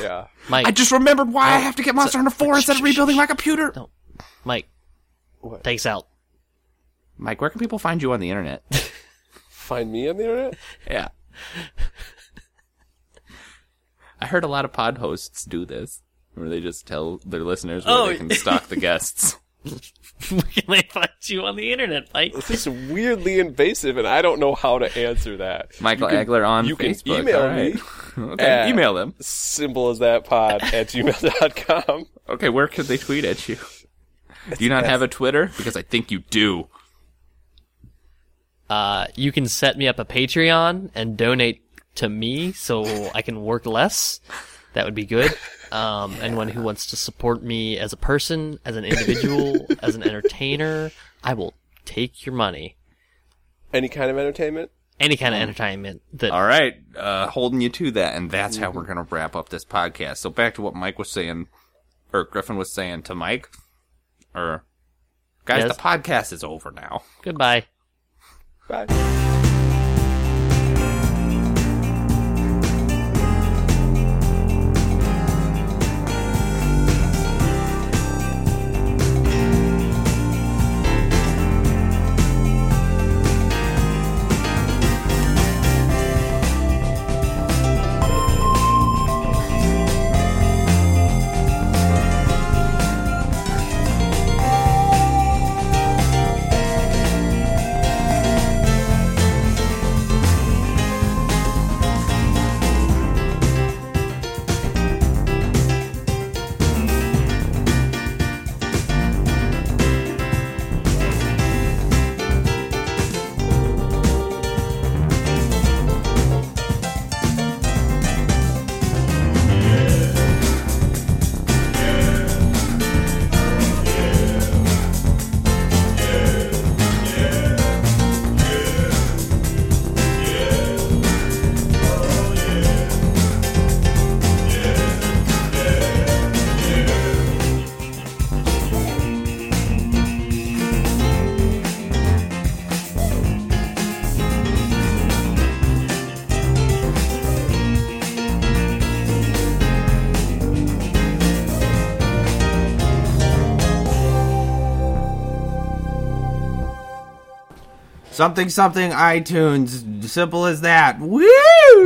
Speaker 2: Yeah.
Speaker 1: Mike,
Speaker 3: i just Oh, remembered why i have to get monster hunter 4 instead of rebuilding my computer
Speaker 1: Mike,
Speaker 2: What?
Speaker 1: takes out.
Speaker 3: Mike, where can people find you on the internet?
Speaker 2: Find me on the internet?
Speaker 3: yeah. I heard a lot of pod hosts do this, where they just tell their listeners where
Speaker 1: Oh,
Speaker 3: they can stalk the guests.
Speaker 1: Where can they find you on the internet, Mike?
Speaker 2: This is weirdly invasive, and I don't know how to answer that.
Speaker 3: Michael Agler on
Speaker 2: you can
Speaker 3: Facebook.
Speaker 2: email
Speaker 3: All right.
Speaker 2: me.
Speaker 3: Okay,
Speaker 2: at-
Speaker 3: email them.
Speaker 2: Simple as that pod at gmail.com.
Speaker 3: Okay, where could they tweet at you? Do you not have a Twitter? Because I think you do.
Speaker 1: Uh, you can set me up a Patreon and donate to me so I can work less. That would be good. Um, anyone who wants to support me as a person, as an individual, as an entertainer, I will take your money.
Speaker 2: Any kind of entertainment?
Speaker 1: Any kind of entertainment that
Speaker 3: All right, uh, holding you to that, and that's how
Speaker 5: Mm-hmm.
Speaker 3: we're going to wrap up this podcast. So back to what Mike was saying, or Griffin was saying to Mike, or guys,
Speaker 1: Yes?
Speaker 3: the podcast is over now.
Speaker 1: goodbye.
Speaker 2: Bye.
Speaker 5: Something something iTunes. Simple as that. Woo!